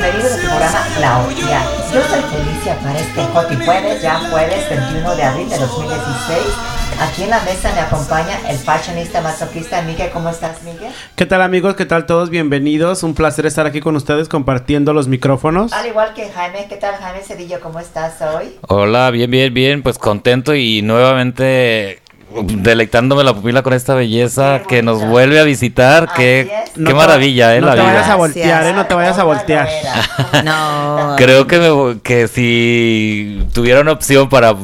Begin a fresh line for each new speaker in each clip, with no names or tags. medio de su programa La Hormiga. Yo soy Felicia Párez Tejote y jueves, ya jueves 21 de abril de 2016. Aquí en la mesa me acompaña el fashionista masoquista Miguel. ¿Cómo estás, Miguel?
¿Qué tal amigos? ¿Qué tal todos? Bienvenidos. Un placer estar aquí con ustedes compartiendo los micrófonos.
Al igual que Jaime, ¿qué tal Jaime Cedillo? ¿Cómo estás hoy?
Hola, bien, bien, bien. Pues contento y nuevamente delectándome la pupila con esta belleza
Qué
que nos
bonita.
vuelve a visitar.
Así
Qué,
es.
qué
No te-
maravilla, ¿eh?
no
la
te
vida.
vayas a
Gracias.
voltear, ¿eh? No te vayas
Una
a voltear.
novela.
No.
Creo que, me vo- que si tuviera una opción para,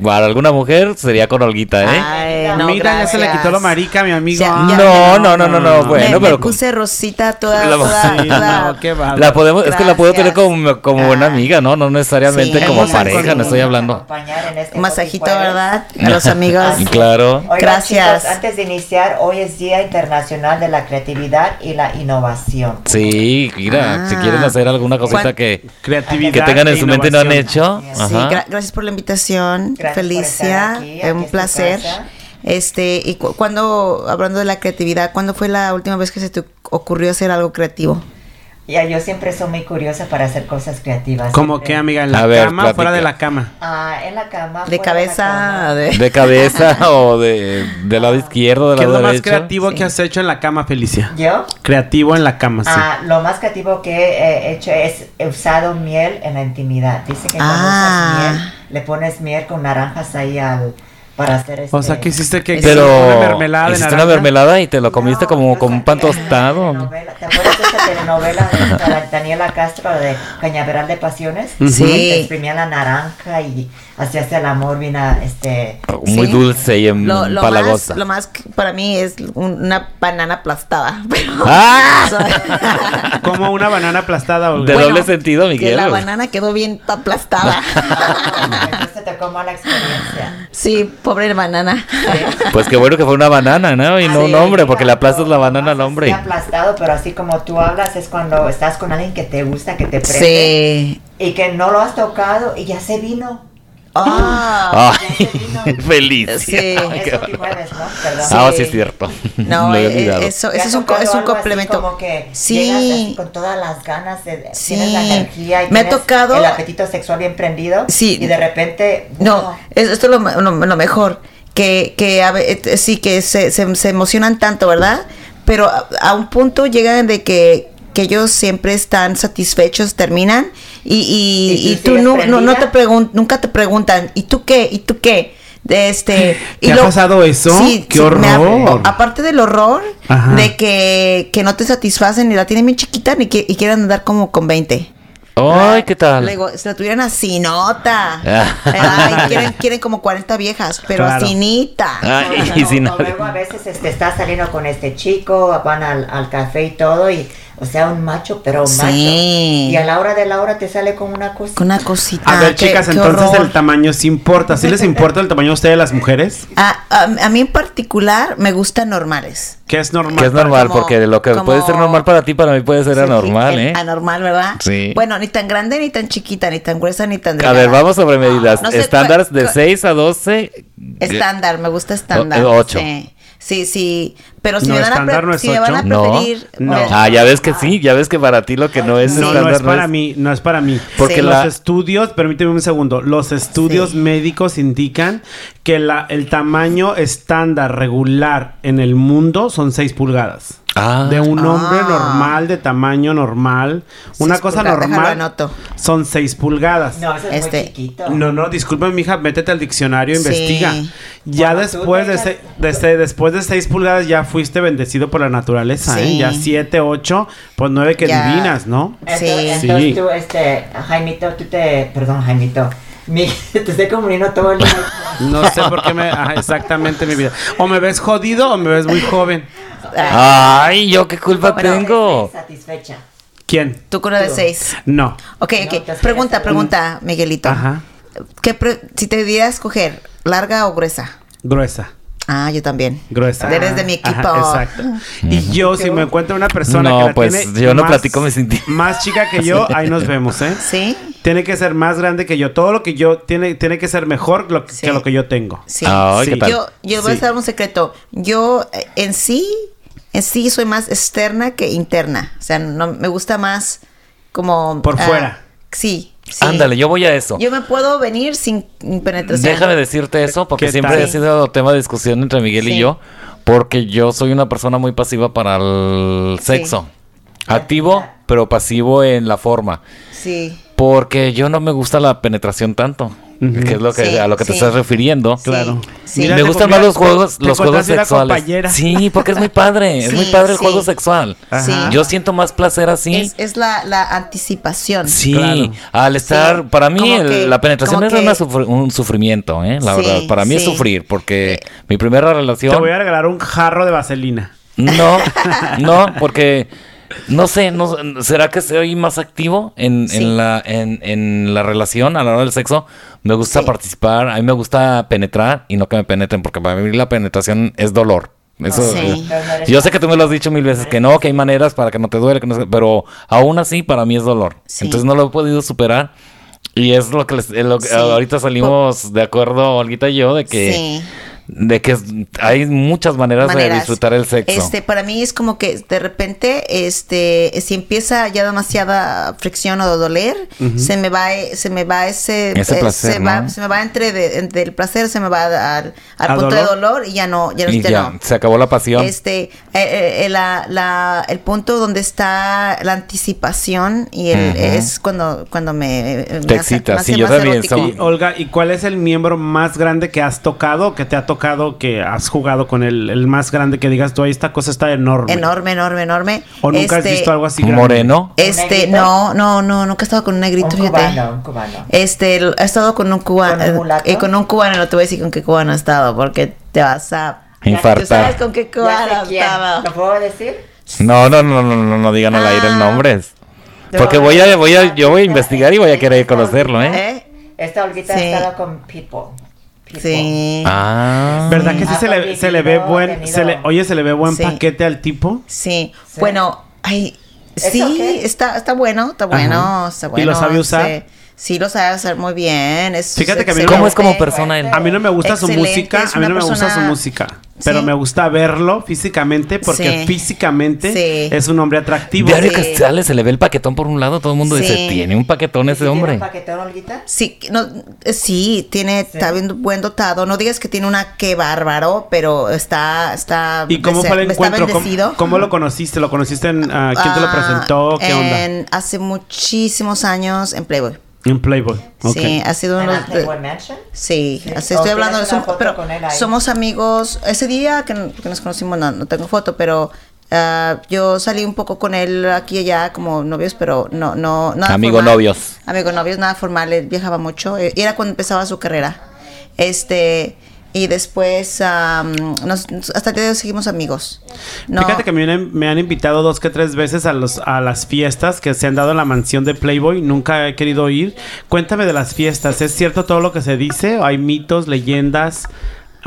para alguna mujer, sería con Olguita, ¿eh?
Ah, Ay, no,
Mira, ya se le
gracias.
quitó lo marica a mi amigo.
Ya-
Ah.
ya-
no, no, no, no, no,
Me-
Me-
bueno,
me
pero...
puse rosita toda,
La-
toda,
Sí,
toda-
no, qué bárbaro.
La podemos, es que la puedo tener
Gracias.
como, como buena
Ah.
amiga, ¿no? No necesariamente
Sí.
como
Vamos a
pareja, no estoy
conseguir
hablando.
Acompañar en este
masajito,
Jotijueves.
¿verdad? A los amigos.
Así es.
Claro.
Oigan,
Gracias.
chicos, antes de iniciar, hoy es Día Internacional de la Creatividad y la Innovación.
Sí, mira,
Ah.
si quieren hacer alguna cosita
¿Cuán-
que,
Creatividad.
que tengan en
e
su mente y no han
innovación.
hecho.
Así
Sí,
Ajá.
gra- gracias por la invitación,
Gracias por
Felicia.
estar aquí,
es
aquí
un
es tu
placer.
casa.
Este, y cu- cuando, hablando de la creatividad, ¿cuándo fue la última vez que se te ocurrió hacer algo creativo?
Ya, yo siempre soy muy curiosa para hacer cosas creativas.
Como
siempre.
que, amiga, en la
A ver,
cama,
platica.
fuera de la cama.
Ah, en la cama.
¿De
fuera
cabeza?
de la cama.
De...
De cabeza o de, del
Ah,
lado izquierdo, del
¿Qué es lo
lado
más
derecho.
creativo que has hecho en la cama, Felicia?
¿Yo?
Creativo en la cama, sí.
Ah, lo más creativo que he hecho es he usado miel en la intimidad. Dice que cuando
Ah.
usas miel, le pones miel con naranjas ahí al, para hacer este...
o sea, que hiciste que
Pero
una mermelada de
hiciste una
naranja?
mermelada y te lo comiste
No,
como
yo
con un pan
saqué la
tostado.
telenovela. ¿Te acuerdas de esa telenovela de la Daniela Castro de Cañaveral de Pasiones?
Ujú. Sí.
Te Exprimía la naranja y hacías el amor bien a, este...
Muy
Sí.
dulce y
Lo, lo
empalagosa.
más, lo más que para mí es un- una banana aplastada. pero-
¡Ah!
Soy-
Como una banana aplastada.
De
Olga.
Bueno,
doble sentido,
que
Miguel.
la banana quedó bien aplastada.
Entonces te tocó mala experiencia.
sí, pobre banana.
Pues qué bueno que fue una banana, ¿no? Y no un
Ah, Sí,
hombre, porque le
Mira,
aplastas la
lo
banana al
haces así
hombre.
aplastado, pero así como tú hablas es cuando estás con alguien que te gusta, que te prende.
Sí.
Y que no lo has tocado y ya se vino.
Ah.
Ay, feliz.
Sí.
Eso que mueves, ¿no? Perdón.
Ah,
Sí.
sí es cierto.
No,
Lo he
eh,
olvidado.
eso,
¿Te
eso
ha
es un, co-
tocado
es un
algo así
complemento.
como que llegas así
sí.
con todas las ganas, de,
Sí.
tienes la energía y
Me ha
tienes
tocado-
el apetito sexual bien prendido.
Sí.
Y de repente.
No, es- esto es lo, ma- lo- lo mejor. Que, que a ve- eh, sí, que se, se- se emocionan tanto, ¿verdad? Pero a, a un punto llegan de que, que ellos siempre están satisfechos, terminan. Y, y-
¿Y tú
y tú
sigues
nu- no, no te
prendida?
pregun- nunca te preguntan, ¿y tú qué? ¿Y tú qué? De este, y
¿Te ha
lo-
pasado eso? ¡Qué
me ha-
horror!
aparte del horror
Ajá.
de que, que no te satisfacen y la tienen bien chiquita ni que, y quieren andar como con 20.
Ay, ¿qué
Le
tal?
digo, si la tuvieran así, nota.
Ah.
Ay, quieren, quieren como 40 viejas, pero
Claro.
asinita.
Ay, Ah, y
o-
sin
o luego a veces este, estás saliendo con este chico, van al, al café y todo, y, o sea, un macho, pero un
Sí.
macho. Y a la hora de la hora te sale con una cosa.
Con una cosita.
A ver,
Ah, qué-
chicas,
qué
entonces
horror.
el tamaño sí importa. ¿Sí les importa el tamaño a ustedes, las mujeres?
Ah, a, a- a mí en particular me gustan normales.
Que es normal.
Que es normal,
como-
porque lo que
como-
puede ser normal para ti, para mí puede ser
Sí,
anormal, ¿eh?
Anormal, ¿verdad?
Sí.
Bueno, ni tan grande, ni tan chiquita, ni tan gruesa, ni tan
A
delgada. Ah,
ver, vamos sobre medidas.
No sé,
Estándares
cua-
de
cua-
6 a 12.
Estándar, me gusta estándar.
O- ocho.
Sí, sí, sí. Pero si,
No,
me, van a
estándar
pre-
no es
si me van a
ocho.
No.
preferir... pues,
No.
Bueno,
Ah, ya ves que sí, ya ves que para ti lo que no es
No,
estándar
no es
no
para
es-
mí, no es para mí.
Porque
Porque
Sí.
los
la-
estudios, permíteme un segundo, los estudios
Sí.
médicos indican que la, el tamaño estándar regular en el mundo son 6 pulgadas.
Ah.
de un
Ah.
hombre normal, de tamaño normal. Una
Seis
cosa
pulgadas, déjalo,
normal
anoto.
son 6 pulgadas.
No, eso es
Este-
muy chiquito.
No, no, disculpa, mija, métete al diccionario,
Sí.
investiga. Ya
Bueno, tú
después de,
tengas-
se- de se- después de seis pulgadas ya fuiste bendecido por la naturaleza, ¿eh?
Sí.
Ya siete, ocho, pues nueve que
Ya.
divinas, ¿no?
Sí.
Entonces,
Sí.
entonces tú, este, Jaimito, tú te. Perdón, Jaimito. Mi, te estoy comunicando todo el día.
No sé por qué me... ajá, exactamente mi vida. O me ves jodido o me ves muy joven.
ah,
Ay, yo qué culpa
Pero
tengo.
estoy Satisfecha.
¿Quién?
Tú con una de seis.
No.
Ok,
No, te
ok.
hace
Pregunta,
gracia.
pregunta, Miguelito.
Ajá.
¿Qué pre- si te diera a escoger, larga o gruesa?
Gruesa.
Ah, yo también.
Gruesa.
Eres de mi equipo.
Ajá, exacto. Y yo, si me encuentro una persona
No,
que la
pues,
tiene
yo no platico mis inti-
más chica que yo, ahí nos vemos, ¿eh?
¿Sí?
Tiene que ser más grande que yo. Todo lo que yo tiene tiene que ser mejor lo que,
Sí.
que lo que yo tengo.
Sí.
Ay,
Sí.
qué tal.
Yo, yo voy
Sí.
a dar un secreto. Yo eh, en sí, en sí soy más externa que interna. O sea, no me gusta más como...
Por
ah,
fuera.
Sí, sí.
Ándale, yo voy a eso.
Yo me puedo venir sin penetración.
Déjame decirte eso, porque
¿Qué
siempre
tal?
ha sido tema de discusión entre Miguel
Sí.
y yo, porque yo soy una persona muy pasiva para el sexo. Activo, pero pasivo en la forma.
Sí.
Porque yo no me gusta la penetración tanto, que es lo que,
Sí,
a lo que te
sí.
estás refiriendo.
Sí.
Claro.
sí.
Mira,
me
te-
gustan
mira,
más los juegos,
te
los juegos
encontraste una
sexuales.
compañera.
Sí, porque es muy padre, es muy
Sí,
padre el
sí.
juego sexual.
Ajá.
Yo siento más placer así.
Es, es la, la anticipación.
Sí,
Claro.
al estar,
Sí,
para mí
como
el-
que-
la penetración
como
es
que-
una sufri- un sufrimiento, ¿eh? la
Sí,
verdad. Para mí es
sí.
sufrir, porque mi primera relación...
Te voy a regalar un jarro de vaselina.
No, no, porque no sé, no, ¿será que soy más activo en,
Sí.
en la, en, en la relación a la hora del sexo? Me gusta
Sí.
participar, a mí me gusta penetrar y no que me penetren, porque para mí la penetración es dolor. Eso,
Sí.
Yo sé que tú me lo has dicho mil veces, que no, que hay maneras para que no te duele, que no sé- pero aún así para mí es dolor.
Sí.
Entonces no lo he podido superar. Y es lo que, les- es lo que-
Sí.
ahorita salimos de acuerdo, Olguita y yo, de que,
Sí.
de que es- hay muchas maneras, de
maneras.
disfrutar el sexo.
Este, para mí es como que de repente, este, si empieza ya demasiada fricción o doler, se me va, eh, se me va ese,
Ese
eh,
placer,
se, va,
¿no?
se me va entre de- entre el placer, se me va al, al
¿Al
punto de
dolor?
dolor y ya no, ya, no-
y
ya
ya,
no.
se acabó la pasión.
Este, eh, eh, eh, la, la- el punto donde está la anticipación y el,
Ujú.
es cuando, cuando me, me hace-
excita,
me hace
sí, yo
más
también
erótico.
soy-
Y, Olga, ¿y cuál es el miembro más grande que has tocado, que te ha tocado, que has jugado con el, el más grande que digas tú, ahí esta cosa está enorme?
Enorme, enorme, enorme.
¿O nunca has
Este,
visto algo así grande?
Moreno.
Este,
¿Negrito?
no, no, no, nunca he estado con un negrito,
Un
fíjate.
cubano, un cubano.
Este, l- he estado con un cubano.
¿Con un mulato?
eh, con un cubano, no te voy a decir con qué cubano he estado, porque te vas a.
Infartar.
Tú sabes con Eh, qué
Ya
cubano
sé quién.
estaba.
¿Lo puedo decir?
No, no, no, no, no, no digan
Ah.
al aire el nombre. Porque voy a, voy a, yo voy a investigar y voy a querer conocerlo, ¿eh?
¿Eh?
Esta Olguita
Sí.
ha estado con People. People.
Sí.
Ah.
¿Verdad que sí
Ah,
se le,
porque
se le
si
ve
no,
buen,
tenido-
se le, oye, se le ve buen
Sí.
paquete al tipo?
Sí.
Sí.
Bueno, ay.
¿Es
Sí,
ok?
está, está bueno, está bueno, está
¿Y lo
bueno.
sabe usar?
Sí, sí lo sabe hacer muy bien. Es
Fíjate que a mí no me-
¿Cómo es como
excelente.
persona él?
A mí no me gusta su
Excelente,
música,
es
a mí no
una
me gusta su
persona-
música, pero
Sí.
me gusta verlo físicamente porque
Sí.
físicamente
Sí.
es un hombre atractivo.
Diario
Sí.
que sale, se le ve el paquetón por un lado, todo el mundo dice,
Sí.
tiene un paquetón ese
¿Tiene
hombre.
un paquetón, Olguita?
Sí, no, eh, sí, tiene, está bien buen dotado. No digas que tiene una que bárbaro, pero está, está.
¿Y cómo
bese-
fue el
está
encuentro?
bendecido.
¿Cómo, cómo lo conociste? ¿Lo conociste en ah, quién te lo
Ah,
presentó? ¿Qué onda?
en- hace muchísimos años en Playboy.
En Playboy. Ok.
Sí, ha sido
¿En
uno
la
de-
Playboy Mansion?
Sí,
Sí,
así
o
estoy
tienes
hablando,
una
som-
foto
pero
con él ahí.
somos amigos. Ese día que, n- que nos conocimos, no, no tengo foto, pero ah, yo salí un poco con él aquí y allá como novios, pero no, no, nada
Amigo
formal.
novios.
Amigo novios, nada formal, él viajaba mucho. eh, Y era cuando empezaba su carrera. Este, y después, ah, nos- nos- hasta el día de hoy seguimos amigos. No,
Fíjate que me han, me han invitado dos que tres veces a, los, a las fiestas que se han dado en la mansión de Playboy. Nunca he querido ir. Cuéntame de las fiestas. ¿Es cierto todo lo que se dice? ¿Hay mitos, leyendas?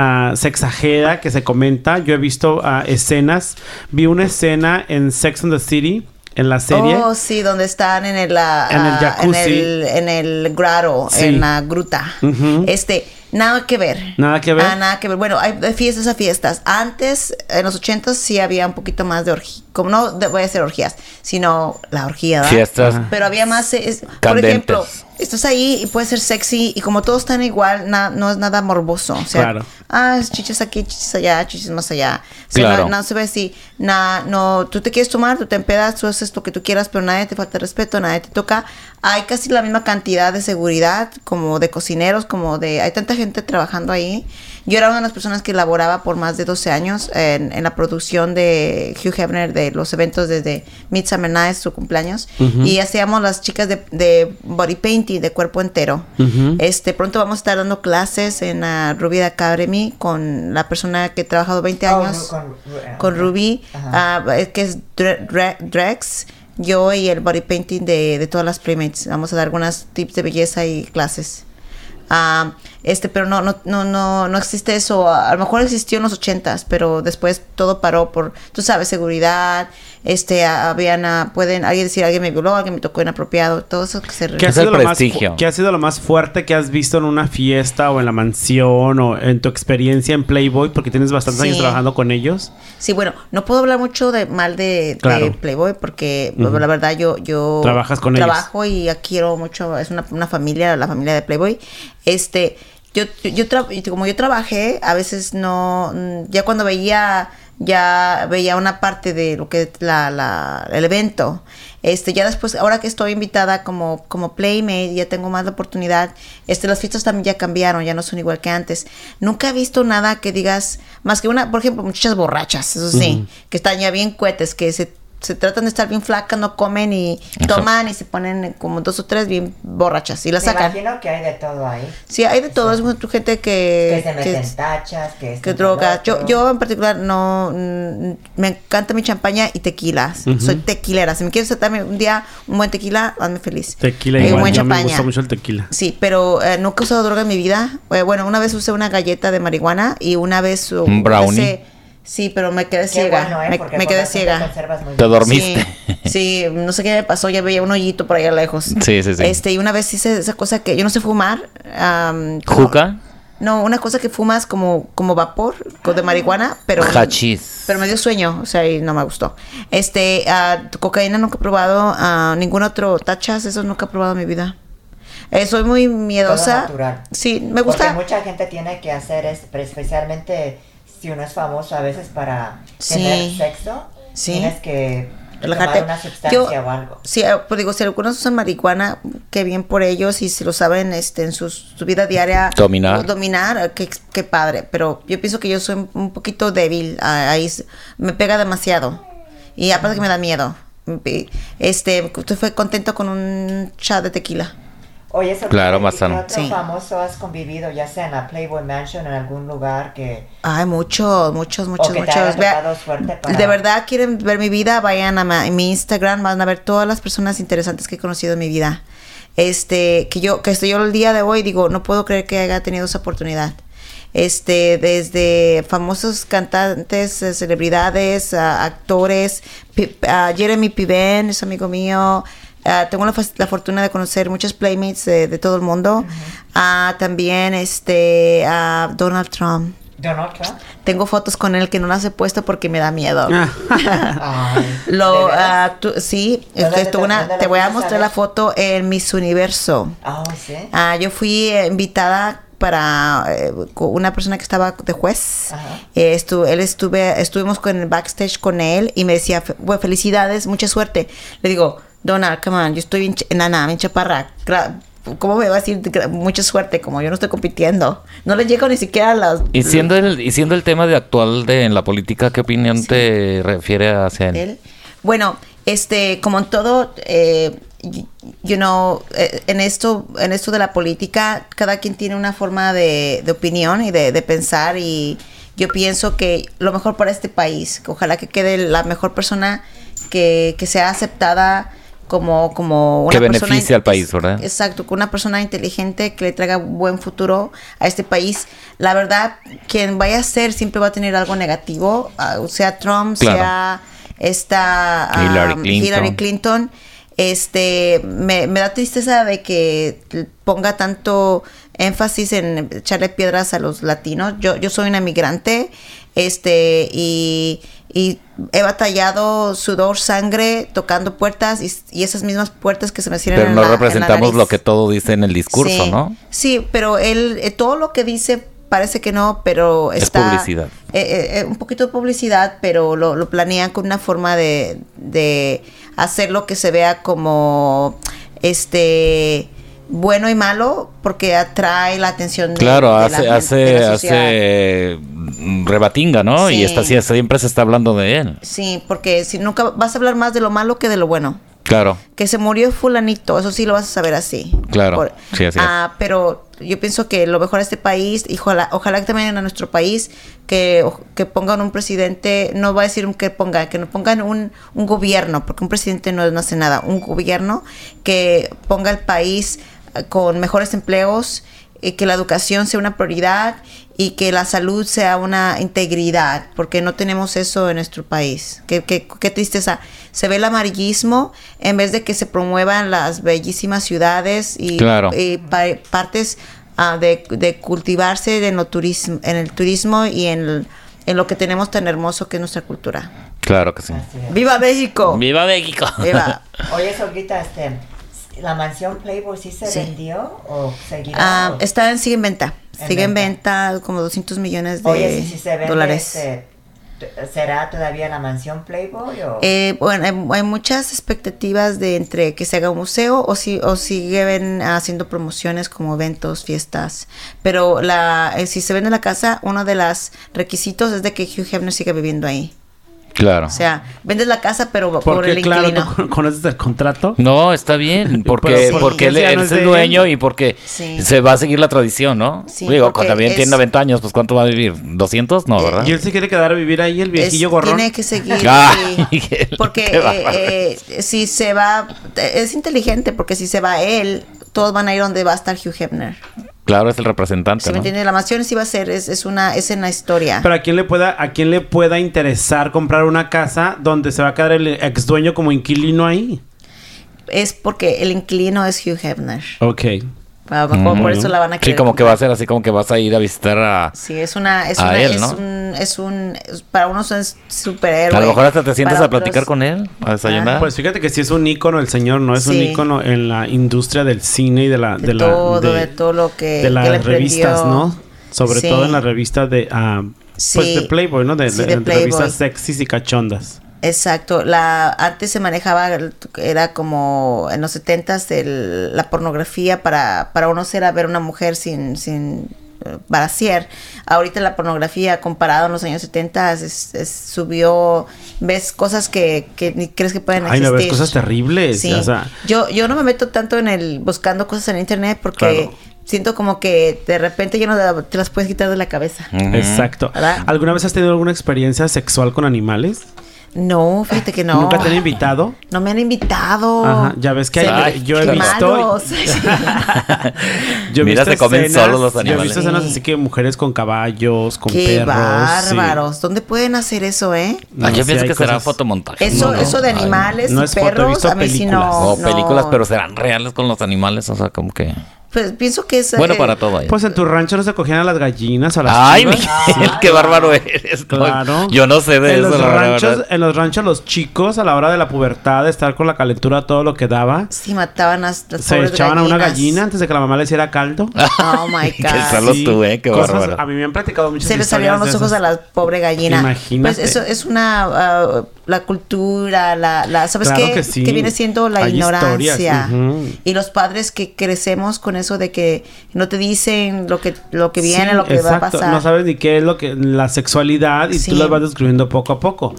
ah, se exagera, que se comenta. Yo he visto ah, escenas. Vi una escena en Sex and the City, en la serie.
Oh, sí, donde están en el, ah,
En el
ah,
jacuzzi.
En el, en el grotto,
Sí.
en la gruta.
Ujú.
Este, nada que ver.
Nada que ver.
Ah, nada que ver. Bueno, hay de fiestas a fiestas. Antes, en los ochentas, sí había un poquito más de orgía. Como no de- voy a decir orgías, sino la orgía. ¿verdad?
Fiestas.
Pero había más. eh, es- por
Candentes.
ejemplo, estás ahí y puede ser sexy y como todos están igual, na- no es nada morboso. O sea,
Claro.
ah, es chichis aquí, chichis allá, chichis más allá. O sea,
Claro.
no, no se ve así. Na, no, tú te quieres tomar, tú te empedas, tú haces lo que tú quieras, pero nadie te falta respeto, nadie te toca. Hay casi la misma cantidad de seguridad, como de cocineros, como de... Hay tanta gente trabajando ahí. Yo era una de las personas que laboraba por más de 12 años en, en la producción de Hugh Hefner de los eventos desde Midsummer Nights, su cumpleaños. Y hacíamos las chicas de, de body painting, de cuerpo entero.
Ujú.
Este, pronto vamos a estar dando clases en la Ruby Academy con la persona que he trabajado 20
Oh,
años
con-
con Ruby,
Ah, Ajá.
ah, que es Dre- Dre- Drex, yo y el body painting de, de todas las playmates. Vamos a dar algunas tips de belleza y clases. Ah, Este, pero no, no, no, no, no existe eso. A, a lo mejor existió en los ochentas, pero después todo paró por, tú sabes, seguridad, este, a- habían, a- pueden, alguien decir, alguien me violó, alguien me tocó inapropiado, todo eso que se...
¿Qué ha,
Es el
sido lo más fu-
prestigio.
qué ha sido lo más fuerte que has visto en una fiesta o en la mansión o en tu experiencia en Playboy? Porque tienes bastantes
Sí.
años trabajando con ellos.
Sí, bueno, no puedo hablar mucho de mal de, de
Claro.
Playboy porque la verdad yo yo
Trabajas con ellos.
trabajo y quiero mucho es una, una familia la familia de Playboy este yo yo tra- y como yo trabajé a veces no mm, ya cuando veía ya veía una parte de lo que es la, la- el evento este ya después ahora que estoy invitada como como playmate ya tengo más la oportunidad este las fiestas también ya cambiaron ya no son igual que antes nunca he visto nada que digas más que una por ejemplo muchachas borrachas eso sí que están ya bien cohetes que se se tratan de estar bien flacas, no comen y
Ajá.
toman y se ponen como dos o tres bien borrachas y las
Me
sacan.
imagino que hay de todo ahí.
Sí, hay de todo, es mucha gente
Que
que...
se
Eh, que-
meten tachas, que esto,
que
este
el
drogas. Yo,
otro.
yo en particular no... mm, Me encanta mi champaña y tequilas. Soy tequilera. Si me quieres también un día un buen tequila, hazme feliz.
Tequila
Y un
igual.
buen
ya me
champaña.
gusta mucho el tequila.
Sí, pero eh, nunca he usado droga en mi vida. Eh, bueno, una vez usé una galleta de marihuana y una vez... uh,
Un brownie.
ese- sí, pero me quedé
Qué
ciega.
bueno, ¿eh?
Me-
Porque
me
con
quedé
razón te
ciega.
conservas muy
Te
bien.
dormiste.
Sí, sí, no sé qué me pasó, ya veía un hoyito por allá lejos.
Sí, sí, sí.
Este, y una vez hice esa cosa que yo no sé fumar. am, como-
¿Juca?
No, una cosa que fumas como, como vapor co- de marihuana, pero.
Hachís.
Pero me dio sueño, o sea, y no me gustó. Este, ah, cocaína nunca he probado, ah, ningún otro tachas, eso nunca he probado en mi vida. Eh, soy muy
Todo
miedosa.
natural.
Sí, me gusta.
Porque mucha gente tiene que hacer, es, pero especialmente si uno es famoso a veces para
Sí.
tener sexo,
Sí.
tienes que
relajarte.
tomar una
Yo-
sustancia o algo.
Sí, eh, pues digo, si algunos usan marihuana, qué bien por ellos y si lo saben este, en sus- su, vida diaria.
Dominar.
o Dominar, eh, qué, qué padre. Pero yo pienso que yo soy un- un poquito débil. ah, Ahí s- me pega demasiado. Y aparte que me da miedo. Y, Este, estoy fue contento con un chat de tequila.
Oye, eso
Claro,
¿qué
más sano.
otro
Sí.
famoso has convivido, ya sea en la Playboy Mansion, en algún lugar que...
Ay, muchos, muchos,
O
muchos,
que te
muchos.
haya
Vea-
tocado suerte para-
De verdad, quieren ver mi vida, vayan a ma- mi Instagram, van a ver todas las personas interesantes que he conocido en mi vida. Este, que yo, que estoy yo el día de hoy, digo, no puedo creer que haya tenido esa oportunidad. Este, desde famosos cantantes, eh, celebridades, ah, actores, Pi- ah, Jeremy Piven es amigo mío. Ah, tengo la, fas- la fortuna de conocer muchos playmates de, de todo el mundo. Ah, también este ah, Donald Trump.
Donald Trump.
Tengo fotos con él que no las he puesto porque me da miedo.
Ah. Ay, ¿de
Lo,
veras?
ah, tú- sí,
¿Dónde
esto- esto
te-
una-
dónde la
te voy a
fuiste a
mostrar
ver?
la foto en Miss Universo.
Ah, sí.
Ah, yo fui eh, invitada para eh, con una persona que estaba de juez.
Ajá.
Eh, estu- él estuve, estuvimos con el backstage con él y me decía, fe- "Bueno, felicidades, mucha suerte. Le digo, Donald, come on, yo estoy bien ch- enana, bien chaparra. Gra- ¿Cómo me va a decir gra- mucha suerte? Como yo no estoy compitiendo. No le llego ni siquiera a las...
Y siendo el, y siendo el tema de actual de en la política, ¿qué opinión te refiere hacia él?
él. Bueno, este, como en todo, eh, y- you know, eh, en esto, en esto de la política, cada quien tiene una forma de, de opinión y de, de pensar y yo pienso que lo mejor para este país, que ojalá que quede la mejor persona que, que sea aceptada como, como
Que
persona
beneficie al
in-
país, ¿verdad?
Exacto, que una persona inteligente que le traiga buen futuro a este país. La verdad, quien vaya a ser siempre va a tener algo negativo, ah, sea Trump,
Claro.
sea esta ah,
Hillary Clinton.
Hillary Clinton. Este, me, me da tristeza de que ponga tanto énfasis en echarle piedras a los latinos. Yo, yo soy una migrante, este, y, y he batallado sudor, sangre, tocando puertas y, y esas mismas puertas que se me cierran
Pero
en
no
la- en la
representamos
nariz.
lo que todo dice en el discurso,
Sí.
¿no?
Sí, pero él, eh, todo lo que dice parece que no, pero
Es
está...
publicidad.
eh, eh, eh, un poquito de publicidad, pero lo, lo planean con una forma de, de hacerlo que se vea como, este, bueno y malo, porque atrae la atención de,
Claro,
de la
hace,
gente, de
hace,
la sociedad.
hace mm, rebatinga, ¿no?
Sí.
Y esta sí, siempre se está hablando de él.
Sí, porque si nunca vas a hablar más de lo malo que de lo bueno.
Claro.
Que se murió fulanito, eso sí lo vas a saber así.
Claro, sí, así es.
Ah, pero yo pienso que lo mejor a este país, y ojalá, ojalá que también a nuestro país, que, que pongan un presidente, no va a decir un que pongan, que no pongan un, un gobierno, porque un presidente no, no hace nada, un gobierno que ponga el país ah, con mejores eh, empleos eh, que la educación sea una prioridad y que la salud sea una integridad, porque no tenemos eso en nuestro país. Qué, qué, qué tristeza. Se ve el amarillismo en vez de que se promuevan las bellísimas ciudades y,
Claro.
y eh, pa- partes ah, de, de cultivarse en, lo turismo, en el turismo y en, el- en lo que tenemos tan hermoso que es nuestra cultura.
Claro que sí.
¡Viva México!
¡Viva México!
¡Viva!
Oye, Solguita, este, ¿la mansión Playboy sí se
Sí.
vendió o seguirá?
Ah,
O-
está en, sigue en venta.
En
sigue en
venta.
venta como 200 millones de
Oye, si, si se vende,
dólares.
este, t- ¿será todavía la mansión Playboy o...?
Eh, bueno, hay, hay muchas expectativas de entre que se haga un museo o si o siguen haciendo promociones como eventos, fiestas. Pero la eh, si se vende la casa, uno de los requisitos es de que Hugh Hefner siga viviendo ahí.
Claro.
O sea, vendes la casa pero por, el
Porque claro,
inquilino.
tú con- conoces el contrato.
No, está bien, porque,
Pero, ¿por
porque
qué
él,
si ya
él
no
es
es de
el
él?
dueño y porque
Sí.
se va a seguir la tradición, ¿no?
Sí,
Digo,
porque
cuando también
es- Eh,
tiene 90 años, pues ¿cuánto va a vivir? ¿200? No, ¿verdad?
Y él se quiere quedar a vivir ahí, el
Es-
viejillo gorrón.
Tiene que seguir.
Ah,
sí.
Miguel,
porque
qué
eh,
bárbaro.
eh, si se va, es inteligente porque si se va él, todos van a ir donde va a estar Hugh Hefner.
Claro, es el representante,
¿Se
¿no?
me entiende? La mansión sí va a ser, es, es una, es en la historia.
Pero a quién le pueda, a quién le pueda interesar comprar una casa donde se va a quedar el ex dueño como inquilino ahí.
es porque el inquilino es Hugh Hefner.
Ok.
A lo mejor por eso la van a
Sí,
querer
como que va a
comprar.
ser así, como que vas a ir a visitar a...
Sí, es una, es
a
una,
él,
es
¿no?
un, es un, es- para unos es superhéroe.
a lo mejor hasta te sientas
para
a platicar
otros- Ah,
con él, a desayunar.
Pues fíjate que sí es un ícono el señor, ¿no? Es un
Sí.
ícono en la industria del cine y de la...
De,
De, la,
todo,
de-
de, todo lo que,
de las
que le
revistas,
prendió.
¿no? Sobre
Sí.
todo en las revistas de... ah,
Sí.
Pues de Playboy, ¿no? De,
Sí,
de-
de
de revistas
Playboy.
sexys y cachondas.
Exacto, la antes se manejaba era como en los setentas la pornografía para para uno era ver una mujer sin sin eh, brasier. Ahorita la pornografía comparado en los años 70 es- es- subió ves cosas que, que ni crees que pueden
Ay,
existir.
no, ves cosas terribles.
Sí.
O sea,
yo yo no me meto tanto en el buscando cosas en internet porque
Claro.
siento como que de repente ya no te las puedes quitar de la cabeza.
Ujú.
exacto.
¿Verdad?
¿Alguna vez has tenido alguna experiencia sexual con animales?
No, fíjate que no.
¿Nunca te han invitado?
No me han invitado.
Ajá, ya ves que
Se
hay-
me-
yo he
qué
visto-
malos.
he
Mira, se comen solos los
Yo he
animales.
visto escenas
Sí.
así que mujeres con caballos, con
Qué
perros. sí.
bárbaros. ¿Dónde pueden hacer eso, eh?
No,
Ah, yo
sí
pienso
hay
que será
cosas-
fotomontaje.
Pues
Eso,
¿no?
eso de
Ay,
animales
no
y
es foto, he
perros,
visto
a mí sí no.
O
no.
películas, pero serán reales con los animales, o sea, como que...
Pues pienso que es.
Bueno,
eh,
para todo ahí.
Pues en tu rancho no se cogían a las gallinas o a las
Ay,
chivas.
Miguel, qué bárbaro eres. ¿no?
Claro.
Yo no sé de
en
eso,
los
la verdad,
ranchos,
verdad.
En los ranchos los chicos a la hora de la pubertad, de estar con la calentura, todo lo que daba,
Sí, mataban a las las
se
pobres
echaban a una
gallinas.
gallina antes de que la mamá le hiciera caldo.
Oh my
Qué
God.
salud. Solo tú, ¿eh? Qué
cosas-
bárbaro.
A mí me han platicado muchas
Se le salieron los ojos a
de
la pobre gallina.
Imagínate.
Pues eso es una. ah, la cultura, la. la ¿Sabes
Claro
qué?
que sí.
viene siendo la
Hay historias,
ignorancia.
ujú.
Y los padres que crecemos con eso de que no te dicen lo que, lo que viene,
Sí,
lo que va a
exacto.
pasar.
No sabes ni qué es lo que la sexualidad y
Sí.
tú lo vas descubriendo poco a poco.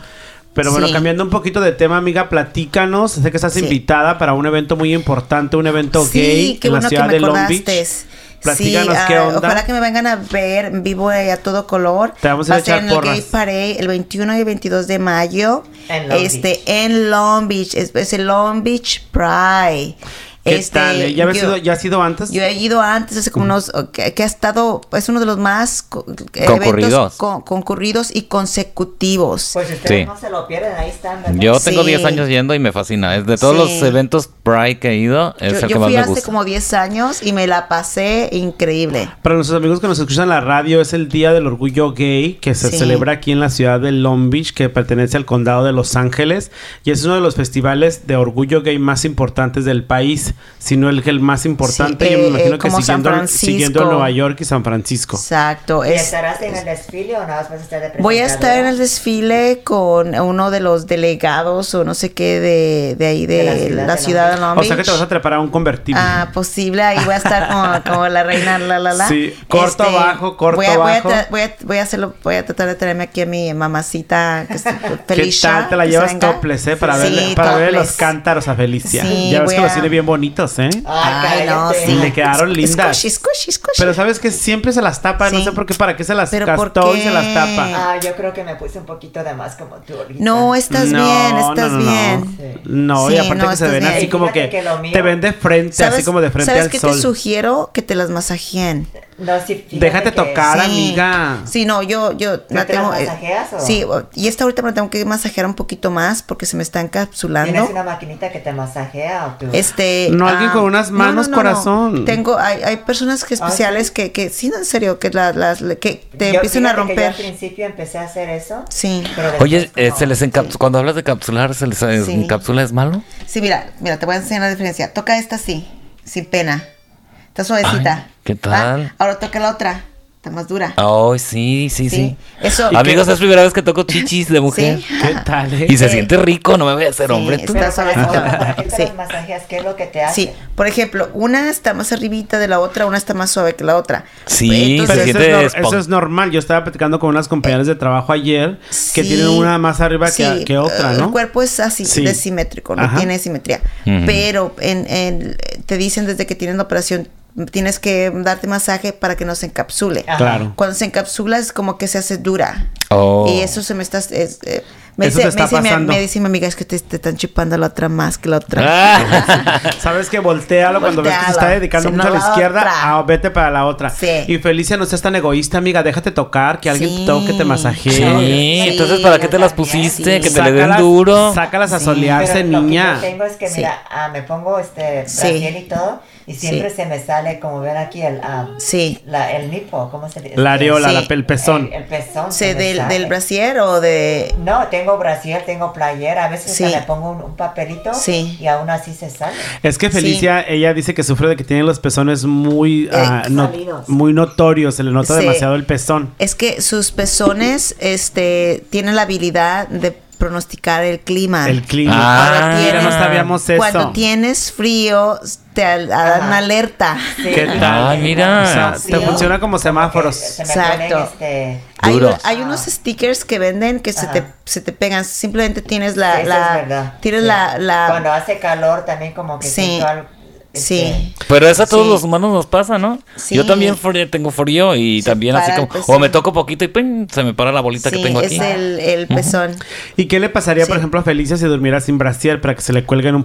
Pero bueno,
Sí.
cambiando un poquito de tema, amiga, platícanos. Sé que estás
Sí.
invitada para un evento muy importante, un evento gay en la ciudad de Long Beach. Platícanos
Sí,
qué
ah,
onda.
Ojalá que me vengan a ver en vivo eh, a todo color.
Te vamos a ir
Va
a
ser
echar
en
porras.
el Gay Parade el 21 y 22 de mayo.
En Long
este,
Beach.
en Long Beach. Es, es el Long Beach Pride.
¿Qué
Este,
tal? eh? ¿Ya, habías
yo-
ido- ¿Ya has ido antes?
Yo he ido antes, hace como unos. que, que ha estado. Es uno de los más. co- eh,
Concurridos.
eventos con- concurridos y consecutivos.
Pues ustedes
Sí.
no se lo pierden, ahí están. ¿verdad?
Yo tengo
eh, Sí.
10 años yendo y me fascina. Es de todos
Sí.
los eventos Pride que he ido, es
yo
el
yo
que más
fui
me
hace
gusta.
como 10 años y me la pasé increíble.
Para nuestros amigos que nos escuchan en la radio, es el Día del Orgullo Gay que se
Sí.
celebra aquí en la ciudad de Long Beach, que pertenece al condado de Los Ángeles, y es uno de los festivales de orgullo gay más importantes del país, si no el, el más importante,
Sí,
yo me
eh,
imagino
eh,
que
como San
siguiendo,
Francisco.
siguiendo Nueva York y San Francisco.
Exacto.
¿Y
es-
estarás en el desfile o nada más vas a estar de
Voy a estar en el desfile con uno de los delegados o no sé qué de, de ahí de,
De la
la
ciudad
ciudad,
de
de Long
O sea que
Beach.
te vas a trepar a un convertible.
Ah, posible, ahí voy a estar como, como la reina la la la.
Sí, corto, bajo, corto,
voy a, voy a
bajo.
tra- voy, a, voy a hacerlo, voy a tratar de traerme aquí a mi mamacita que es
¿Qué
Felicia.
tal te la
que se
llevas
venga.
topless, eh? Para
Sí,
verle, para verle los
topless.
cántaros a Felicia.
Sí,
ya ves
voy
que los
a-
tiene bien bonitos, ¿eh?
Ay, no,
cállate.
sí.
Le quedaron lindas.
Squishy, squishy, squishy.
Pero sabes que siempre se las tapa, no
Sí.
sé por qué, para qué se las
Pero ¿por
gastó y
qué?
se las tapa.
Ah, yo creo que me puse un poquito de más como tú ahorita.
no, estás
No,
bien,
no,
estás
no, no.
bien.
Sí.
No, y
Sí,
aparte
no,
que se
estás
ven
bien.
así como
Fíjate
que,
que lo mío-
te ven de frente, así
¿Sabes-
como de frente
¿Sabes
al
qué
sol.
te sugiero? Que te las masajeen.
No, sí, fíjate
Déjate
que-
tocar. Cara, amiga.
Sí, no, yo, yo eh,
¿Pero te las masajeas o?
Sí, o- y esta ahorita me la tengo que masajear un poquito más porque se me está
¿Tienes
encapsulando.
una maquinita que te masajea o tú?
Este,
No, alguien
ah,
con unas
no,
manos, corazón.
Tengo, hay, hay personas que especiales
sí.
que, que sí, no, en serio, que la- las, le- que te
Yo-
empiezan
fíjate que
a
yo
romper.
al principio empecé a hacer eso.
Sí.
pero después
Oye, eh,
como-
se les encapsula. Cuando hablas de capsular, ¿se les eh,
Sí.
encapsula? ¿Es malo?
Sí, mira, mira, te voy a enseñar la diferencia. Toca esta así, sin pena. Está suavecita.
Ay, ¿qué
¿va?
tal?
Ahora toca la otra, está más dura.
Ay, sí, sí, sí.
Sí. Eso- ¿Y
Amigos,
qué-
es la primera vez que toco chichis de mujer.
Sí.
¿Qué tal, eh?
Y se
Eh,
siente rico, no me voy a hacer
sí,
hombre tú.
Pero
está
para eso,
suavecita.
¿para qué te
Sí.
las masajeas? ¿Qué es lo que te hace?
Sí, por ejemplo, una está más arribita de la otra, una está más suave que la otra. Pues,
Sí,
Pero
se
eso,
siente
es nor-
espon-
eso es normal. Yo estaba platicando con unas compañeras de trabajo ayer que
sí,
tienen una más arriba que,
sí,
que otra,
eh,
¿no?
El cuerpo es así,
Sí.
desimétrico, no
Ajá.
tiene simetría.
Ujú.
Pero en, en- te dicen desde que tienes la operación, tienes que darte masaje para que no se encapsule.
Ah.
Ajá.
Claro.
Cuando se encapsula es como que se hace dura.
Oh.
Y eso se me está... es, eh, me,
Eso
dice,
te está
me, dice mi,
pasando.
me dice mi amiga, es que te, te están chipando la otra más que la otra.
Ah.
Sabes que voltealo cuando ves que se está
Voltealo.
dedicando
Si
mucho
no,
a la
la
izquierda,
otra.
ah, vete para la otra.
Sí.
Y Felicia, no seas tan egoísta, amiga, déjate tocar, que alguien
Sí.
te toque, te masajee.
Sí,
Sí,
entonces ¿para qué te las
también,
pusiste?
sí.
Que te le den
Sácalas-
duro.
Sácalas a
Sí.
solearse,
Pero lo que
niña.
yo tengo es que,
Sí.
mira, ah, me pongo este
Sí.
brasil y todo, y siempre
Sí.
se me sale, como ven aquí, el, ah,
Sí.
la- el nipo, ¿cómo se dice?
La areola,
Sí.
la, el pezón.
El, el pezón.
Se
se me
del,
sale.
del brasier o de...
No, tengo brasier, tengo playera, a veces
Sí.
hasta le pongo un, un papelito
Sí.
y aún así se sale.
Es que Felicia, ella dice que sufre de que tiene los pezones muy, ah, no-
salidos.
muy notorios, se le nota
Eh, Sí.
demasiado el pezón.
Es que sus pezones este, tienen la habilidad de pronosticar el clima.
El clima.
Ah,
Mira,
tienes-
no sabíamos eso.
Cuando tienes frío, te al- dan
Ajá.
alerta.
Sí.
¿Qué tal?
Ah,
Ay, mira.
O sea,
Sí.
te funciona como semáforos.
Eh, Se me ponen,
Exacto.
este,
Hay,
Duro.
hay unos stickers que venden que se
Ajá.
te, se te pegan. Simplemente tienes la...
Eso
la-
es verdad.
Tienes
Sí.
la... la-
Cuando hace calor también como que
Sí.
siento algo, este,
sí.
Pero eso a todos
Sí.
los humanos nos pasa, ¿no?
Sí.
Yo también frío- tengo frío y
Se
también así
para el
como...
pezón.
O me toco poquito y ¡pum! se me para la bolita
Sí,
que tengo
es
aquí.
el, el pezón.
¿Y qué le pasaría, por
Sí.
ejemplo, a Felicia si durmiera sin brasier para que se le cuelguen un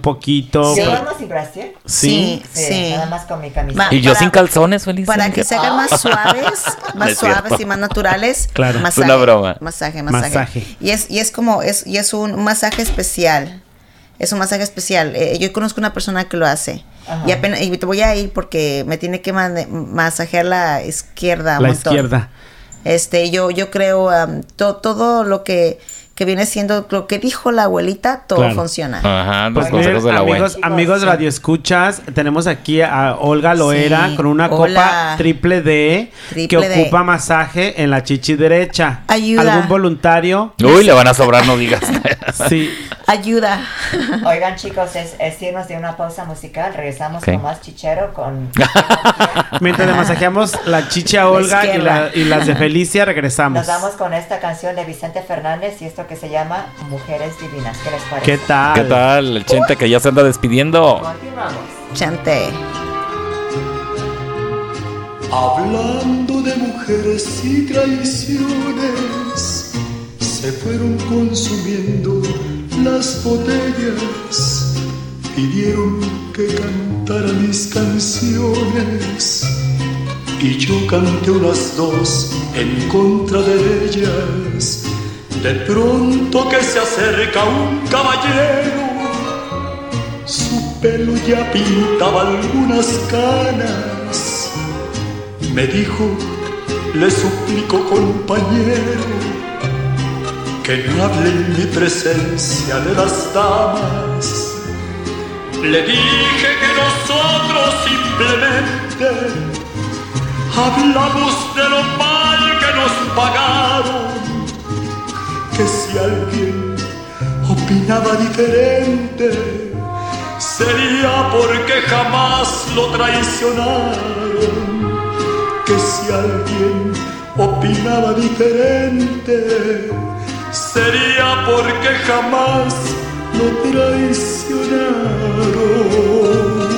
Yo
poquito?
Sí. Ah,
Para-
duermo sin brasier.
Sí.
Sí,
Sí,
sí.
Eh, nada más con mi camisa.
Ma-
Y yo
Para-
sin calzones, feliz.
Para que se hagan más suaves,
No
más
es cierto.
suaves y más naturales.
Claro.
Masaje,
Es una broma.
Masaje, masaje.
Masaje.
Y es, y es como, es, y es un masaje especial. Es un masaje especial. Eh, yo conozco una persona que lo hace.
Ajá.
Y apenas, y te voy a ir porque me tiene que mande- masajear la izquierda. un
la
montón.
izquierda.
Este, yo, yo creo am, to- todo lo que, que viene siendo lo que dijo la abuelita, todo
Claro.
funciona.
Ajá, los
Pues
Bueno,
miren,
consejos de la web.
amigos, amigos Radio Escuchas, tenemos aquí a Olga Loera con una
Hola.
copa triple D que
Triple D.
ocupa masaje en la chichi derecha.
Ayuda.
¿Algún voluntario?
Uy, le van a sobrar, no digas.
Sí.
Ayuda.
Oigan, chicos, es, es irnos de una pausa musical. Regresamos
Ok.
con más chichero con.
Mientras le masajeamos la chicha a
La
Olga y, la-
izquierda.
y las de Felicia, regresamos.
Nos vamos con esta canción de Vicente Fernández y esto que se llama Mujeres Divinas. ¿Qué les parece?
¿Qué tal?
¿Qué tal? El Chente que ya se anda despidiendo.
Continuamos.
Chante.
Hablando de mujeres y traiciones, se fueron consumiendo las botellas, pidieron que cantara mis canciones y yo canté unas dos en contra de ellas. De pronto que se acerca un caballero su pelo ya pintaba algunas canas. Me dijo, le suplico compañero, que no hable en mi presencia de las damas. Le dije que nosotros simplemente hablamos de lo mal que nos pagaron que si alguien opinaba diferente sería porque jamás lo traicionaron. Que si alguien opinaba diferente sería porque jamás lo traicionaron.